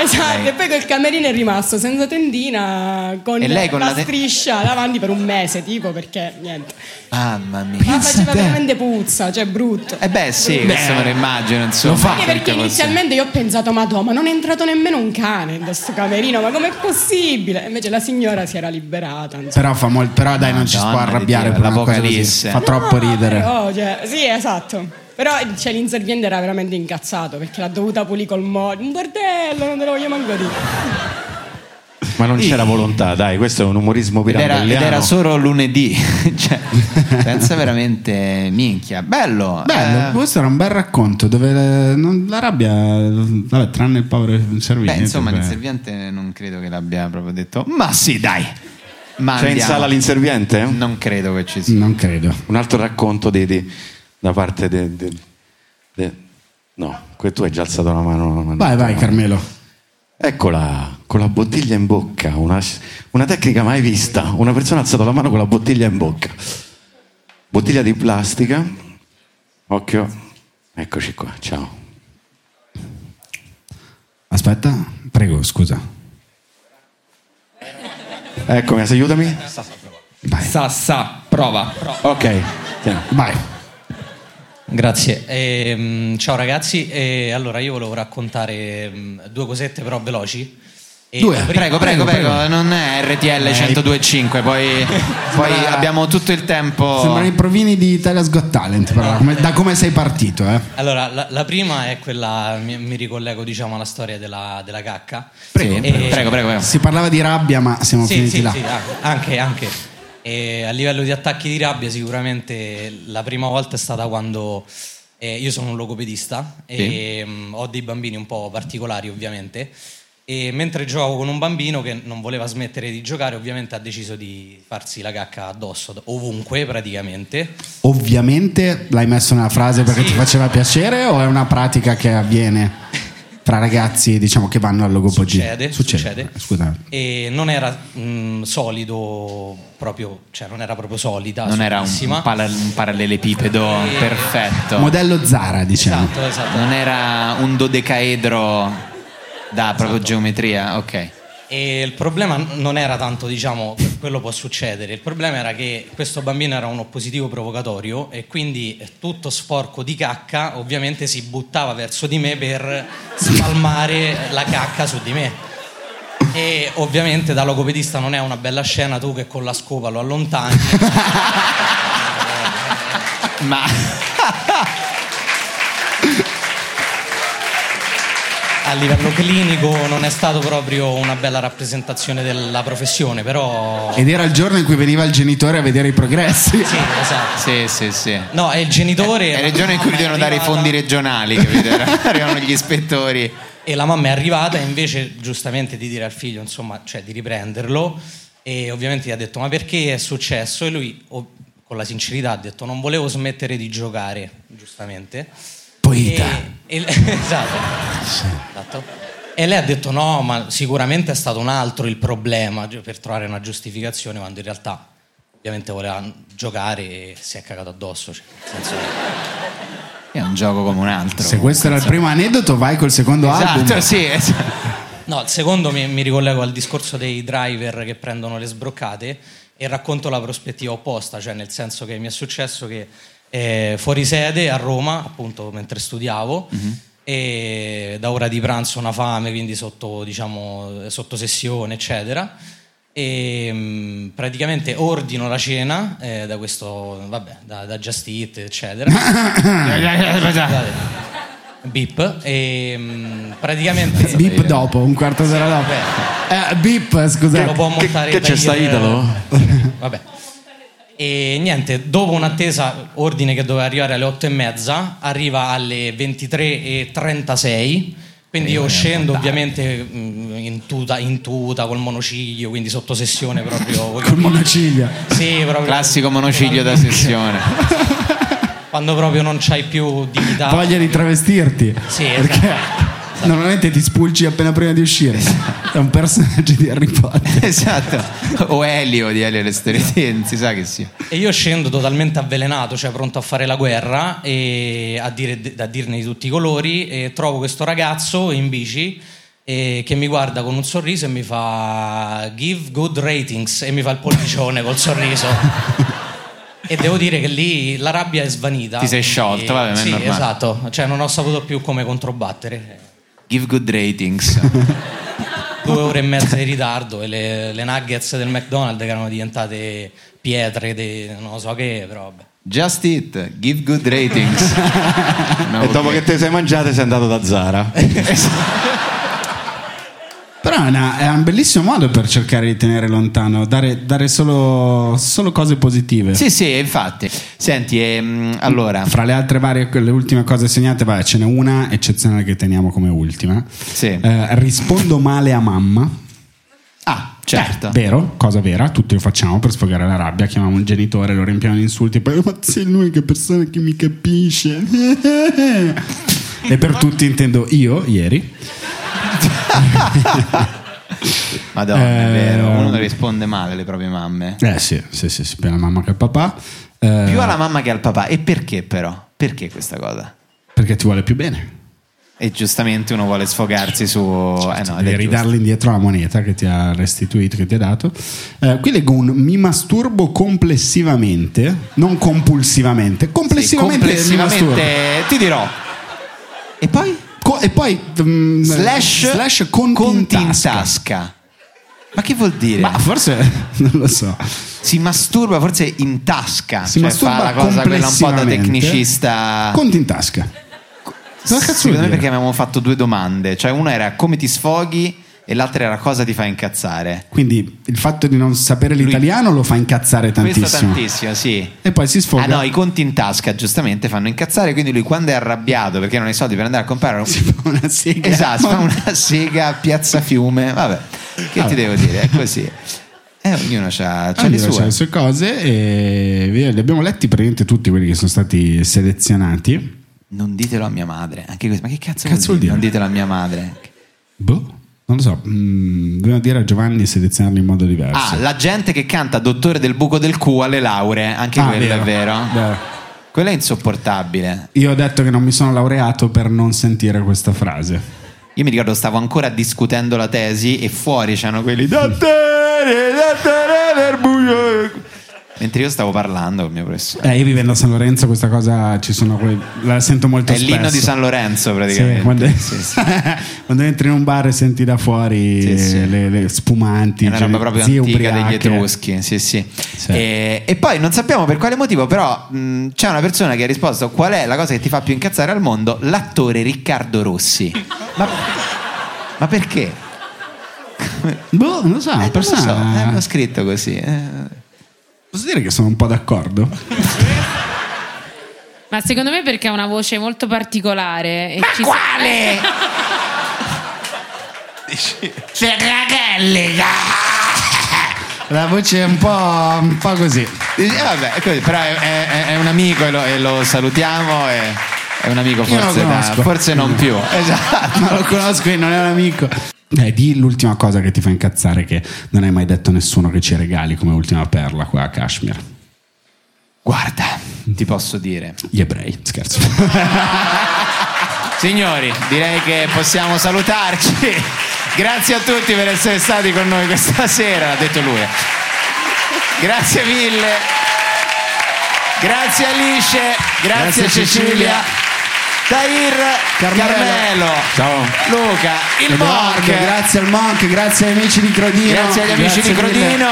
Speaker 4: Esatto, e poi quel camerino è rimasto senza tendina con,
Speaker 6: E lei con
Speaker 4: la,
Speaker 6: la te-
Speaker 4: striscia davanti per un mese, tipo perché niente.
Speaker 5: Mamma mia.
Speaker 4: Ma faceva veramente puzza, cioè brutto.
Speaker 5: Eh beh, sì, questo me lo immagino, insomma.
Speaker 4: Anche perché inizialmente io ho pensato, madonna, ma non è entrato nemmeno un cane in questo camerino, ma com'è possibile? Invece la signora si era liberata. insomma.
Speaker 6: Però, fa mol- però dai, non ci si può
Speaker 5: Madonna di
Speaker 6: arrabbiare
Speaker 5: Dio,
Speaker 6: per una cosa così.
Speaker 5: l'Apocalisse.
Speaker 6: Fa troppo ridere.
Speaker 4: Oh, cioè, sì, esatto. Però cioè, l'inserviente era veramente incazzato perché l'ha dovuta pulire col modo. Un bordello, non te lo voglio manco dire.
Speaker 1: Ma non c'era volontà, dai, questo è un umorismo
Speaker 5: Ed era,
Speaker 1: pirandelliano.
Speaker 5: ed era solo lunedì, cioè, senza veramente minchia. Bello,
Speaker 6: Bello,
Speaker 5: eh,
Speaker 6: questo era un bel racconto dove eh, non- la rabbia, vabbè, tranne il povero serviente.
Speaker 5: Beh, insomma,
Speaker 6: beh.
Speaker 5: l'inserviente non credo che l'abbia proprio detto. Ma sì, dai. Ma
Speaker 1: C'è Cioè, in
Speaker 5: andiamo."
Speaker 1: sala l'inserviente?
Speaker 5: Non credo che ci sia.
Speaker 6: Non credo.
Speaker 1: Un altro racconto di, di- da parte de- de- de- No, que- tu hai già alzato la mano. la mano.
Speaker 6: Vai, vai, Carmelo.
Speaker 1: Eccola, con Ecco la bottiglia in bocca, una, una tecnica mai vista. Una persona ha alzato la mano con la bottiglia in bocca. Bottiglia di plastica. Occhio. Eccoci qua, ciao.
Speaker 6: Aspetta, prego, scusa.
Speaker 1: Eccomi, aiutami.
Speaker 23: Sa, sa, prova.
Speaker 1: Ok,
Speaker 6: vai.
Speaker 8: Grazie. Ehm, ciao ragazzi, E allora io volevo raccontare ehm, due cosette però veloci. E la prima-
Speaker 5: Eh,
Speaker 8: Eh,
Speaker 5: Prego, prego, prego, Non è RTL 1025, poi, poi
Speaker 6: Sembra-
Speaker 5: abbiamo tutto il tempo.
Speaker 6: Sembrano i provini di Italia's Got Talent, però, come- da come sei partito, eh.
Speaker 8: Allora, la, la prima è quella, mi, mi ricollego diciamo alla storia della, della cacca.
Speaker 6: Prego,
Speaker 8: E-
Speaker 6: Si parlava di rabbia, ma siamo
Speaker 8: sì,
Speaker 6: finiti
Speaker 8: sì,
Speaker 6: là.
Speaker 8: sì, ah, anche, anche. E a livello di attacchi di rabbia, sicuramente la prima volta è stata quando eh, io sono un logopedista e mm, ho dei bambini un po' particolari, ovviamente. E mentre giocavo con un bambino che non voleva smettere di giocare, ovviamente ha deciso di farsi la cacca addosso, d- ovunque praticamente.
Speaker 6: Ovviamente l'hai messo nella frase perché ti faceva piacere o è una pratica che avviene fra ragazzi, diciamo, che vanno al logopogia?
Speaker 8: Succede, succede.
Speaker 6: Eh, Scusa.
Speaker 8: E non era mm, solido, proprio, cioè non era proprio solida.
Speaker 5: Non era un,
Speaker 8: solidissima.
Speaker 5: un pala- un parallelepipedo
Speaker 8: Eh,
Speaker 5: perfetto.
Speaker 6: Modello Zara, diciamo.
Speaker 8: Esatto, esatto.
Speaker 5: Non era un dodecaedro
Speaker 1: Esatto.
Speaker 5: da proprio geometria, ok.
Speaker 8: E il problema non era tanto, diciamo, quello può succedere. Il problema era che questo bambino era un oppositivo provocatorio e quindi eh, tutto sporco di cacca ovviamente si buttava verso di me per spalmare la cacca su di me. E ovviamente da logopedista non è una bella scena tu che con la scopa lo allontani.
Speaker 5: Ma
Speaker 8: a livello clinico non è stato proprio una bella rappresentazione della professione, però
Speaker 6: Ed era il giorno in cui veniva il genitore a vedere i progressi.
Speaker 8: sì, esatto.
Speaker 5: Sì, sì, sì.
Speaker 8: No, è il genitore.
Speaker 5: È il giorno in cui devono dare i fondi regionali, capito? Arrivano gli ispettori.
Speaker 8: E la mamma è arrivata e invece giustamente di dire al figlio, insomma, cioè di riprenderlo. E ovviamente gli ha detto: Ma perché è successo? E lui, o- con la sincerità, ha detto: Non volevo smettere di giocare, giustamente. Poeta. E, esatto. Esatto. E lei ha detto: No, ma sicuramente è stato un altro il problema gi- per trovare una giustificazione, quando in realtà. Ovviamente voleva giocare e si è cagato addosso. cioè, nel senso
Speaker 5: È un gioco come un altro.
Speaker 6: Se questo era il primo aneddoto, vai col secondo album.
Speaker 5: Esatto, sì. esatto.
Speaker 8: No, il secondo mi, mi ricollego al discorso dei driver che prendono le sbroccate e racconto la prospettiva opposta, cioè nel senso che mi è successo che eh, fuori sede a Roma, appunto mentre studiavo, e da ora di pranzo una fame, quindi sotto, diciamo, sotto sessione, eccetera. E mh, praticamente ordino la cena eh, da questo, vabbè, da, da Just Eat, eccetera. Scusate. Bip, e mh, praticamente.
Speaker 6: Bip dopo, un quarto d'ora dopo. Eh, bip, scusate.
Speaker 8: Lo può montare
Speaker 6: c'è
Speaker 8: il
Speaker 6: sta
Speaker 8: tagliere.
Speaker 6: Italo?
Speaker 8: Vabbè. E niente, dopo un'attesa, ordine che doveva arrivare alle 8 e mezza, arriva alle 23.36.
Speaker 6: Eh,
Speaker 8: Quindi io scendo ovviamente mh, in tuta, in tuta, col monociglio, quindi sotto sessione proprio.
Speaker 6: Col monociglia.
Speaker 8: Sì, proprio.
Speaker 5: Classico monociglio da sessione.
Speaker 8: Quando proprio non c'hai più dignità.
Speaker 6: Voglia di travestirti.
Speaker 8: Sì,
Speaker 6: perché normalmente ti spulci appena prima di uscire. È un personaggio di Harry Potter.
Speaker 5: Esatto. O Elio di Elio Lesteritì, non si sa che sia.
Speaker 8: E io scendo totalmente avvelenato, cioè pronto a fare la guerra e a, dire- a dirne di tutti i colori. E trovo questo ragazzo in bici eh, che mi guarda con un sorriso e mi fa give good ratings e mi fa il pollicione col sorriso. E devo dire che lì la rabbia è svanita.
Speaker 5: Ti sei
Speaker 8: quindi-
Speaker 5: sciolto, vabbè, ma è
Speaker 8: Sì,
Speaker 5: normale.
Speaker 8: esatto. Cioè non ho saputo più come controbattere.
Speaker 5: Give good ratings.
Speaker 8: Due ore e mezza di ritardo e le, le nuggets del McDonald's che erano diventate pietre, de- non lo so che, però vabbè.
Speaker 5: Just Eat, give good ratings. No,
Speaker 1: e dopo
Speaker 5: ok. Eh,
Speaker 1: che te sei mangiato sei andato da Zara.
Speaker 6: Però è, una- è un bellissimo modo per cercare di tenere lontano, dare, dare solo, solo cose positive.
Speaker 5: Sì, sì, infatti. Senti, ehm, allora,
Speaker 6: Fra le altre varie, le ultime cose segnate, vai, ce n'è una eccezionale che teniamo come ultima.
Speaker 5: Sì.
Speaker 6: Eh, rispondo male a mamma.
Speaker 5: Ah,
Speaker 1: Eh,
Speaker 5: certo.
Speaker 6: Vero, cosa vera, tutti lo facciamo per sfogare la rabbia, chiamiamo un genitore, lo riempiamo di insulti, poi ma sei l'unica persona che mi capisce. e per tutti intendo io, ieri.
Speaker 5: Madonna, è
Speaker 6: Eh,
Speaker 5: vero, uno risponde male alle proprie mamme.
Speaker 6: Eh sì, sì, sì, sì più alla mamma che al papà. Eh,
Speaker 5: Più alla mamma che al papà. E perché però? Perché questa cosa?
Speaker 6: Perché ti vuole più bene.
Speaker 5: E giustamente uno vuole sfogarsi su... eh no, ed è
Speaker 6: Certo, Devi
Speaker 5: giusto.
Speaker 6: ridarle indietro la moneta che ti ha restituito, che ti ha dato. Eh, qui leggo un mi masturbo complessivamente, non compulsivamente, complessivamente, mi masturbo.
Speaker 5: Complessivamente ti dirò. E poi?
Speaker 6: e poi mm,
Speaker 5: slash,
Speaker 6: slash
Speaker 5: conti, in tasca. Ma che vuol dire?
Speaker 6: Ma forse non lo so.
Speaker 5: Si masturba forse in tasca.
Speaker 6: Si
Speaker 5: cioè
Speaker 6: masturba
Speaker 5: fa la cosa quella un po' da
Speaker 6: complessivamente.
Speaker 5: tecnicista.
Speaker 6: Conti in tasca. Cosa cazzo vuol
Speaker 5: Secondo me
Speaker 6: dire?
Speaker 5: perché avevamo fatto due domande. Cioè una era come ti sfoghi e l'altra era cosa ti fa incazzare.
Speaker 6: Quindi il fatto di non sapere l'italiano lo fa incazzare
Speaker 5: Questo
Speaker 6: tantissimo.
Speaker 5: tantissimo, sì.
Speaker 6: E poi si sfoga.
Speaker 5: Ah no, i conti in tasca giustamente fanno incazzare, quindi lui quando è arrabbiato perché non ha i soldi per andare a comprare un...
Speaker 6: una sega.
Speaker 5: Esatto, si fa una sega a Piazza Fiume, vabbè, che
Speaker 6: Vabbè.
Speaker 5: ti devo dire, è così. Eh, ognuno ha le
Speaker 6: Ognuno
Speaker 5: sue.
Speaker 6: c'ha le sue cose e vi- li abbiamo letti praticamente tutti quelli che sono stati selezionati.
Speaker 5: Non ditelo a mia madre, anche questo, ma che cazzo, vuol dire? Non ditelo a mia madre.
Speaker 6: Boh, non lo so, mm, dobbiamo dire a Giovanni di selezionarli in modo diverso.
Speaker 5: Ah, la gente che canta Dottore del buco del cu alle lauree, anche
Speaker 6: Ah,
Speaker 5: quello
Speaker 6: vero.
Speaker 5: è vero.
Speaker 6: Vero.
Speaker 5: Quello è insopportabile.
Speaker 6: Io ho detto che non mi sono laureato per non sentire questa frase.
Speaker 5: Io mi ricordo stavo ancora discutendo la tesi e fuori c'erano quelli
Speaker 18: Dottore, dottore del buio.
Speaker 5: mentre io stavo parlando con il mio professore.
Speaker 6: Eh, io vivendo a San Lorenzo questa cosa ci sono quei- la sento molto
Speaker 5: È
Speaker 6: spesso.
Speaker 5: l'inno di San Lorenzo praticamente.
Speaker 6: Sì, quando,
Speaker 5: Sì, sì.
Speaker 6: quando entri in un bar e senti da fuori Le, le spumanti, cioè,
Speaker 5: È una roba
Speaker 6: zie
Speaker 5: proprio antica degli
Speaker 6: ubriache.
Speaker 5: etruschi, sì, sì. E, e poi non sappiamo per quale motivo, però mh, c'è una persona che ha risposto: Qual è la cosa che ti fa più incazzare al mondo? L'attore Riccardo Rossi. Ma, ma perché?
Speaker 6: Boh, non lo so,
Speaker 5: Eh, non lo so,
Speaker 6: persona-
Speaker 5: eh, l'ho scritto così. eh.
Speaker 6: Posso dire che sono un po' d'accordo?
Speaker 12: Ma secondo me perché ha una voce molto particolare. Eh, Ma quale?
Speaker 18: Ferragelle.
Speaker 6: La voce è un po', un po' così.
Speaker 5: Dici, eh, vabbè, è così, però è, è- è un amico e lo, e lo salutiamo. e- è un amico,
Speaker 6: Io lo
Speaker 5: forse, da-
Speaker 6: conosco.
Speaker 5: forse non più.
Speaker 6: Esatto. Ma lo conosco e non è un amico. Eh, di l'ultima cosa che ti fa incazzare che non hai mai detto a nessuno che ci regali come ultima perla qua a Kashmir.
Speaker 5: Guarda, ti posso dire. Eh,
Speaker 6: Gli ebrei, scherzo.
Speaker 5: Signori, direi che possiamo salutarci. Grazie a tutti per essere stati con noi questa sera, ha detto lui. Grazie mille. Grazie Alice, grazie,
Speaker 18: Grazie
Speaker 5: Cecilia.
Speaker 18: Cecilia.
Speaker 5: Tahir, Carmelo,
Speaker 6: Ciao.
Speaker 5: Luca, il
Speaker 6: Edoardo,
Speaker 5: Monk.
Speaker 6: Grazie al Monk, grazie agli amici di Crodino.
Speaker 5: Grazie agli amici di
Speaker 6: mille.
Speaker 5: Crodino,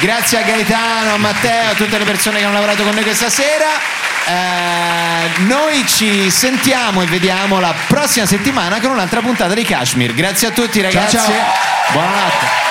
Speaker 5: grazie a Gaetano, a Matteo, a tutte le persone che hanno lavorato con noi questa sera. Eh, noi ci sentiamo e vediamo la prossima settimana con un'altra puntata di Kashmir. Grazie a tutti ragazzi.
Speaker 18: ciao.
Speaker 5: Buonanotte.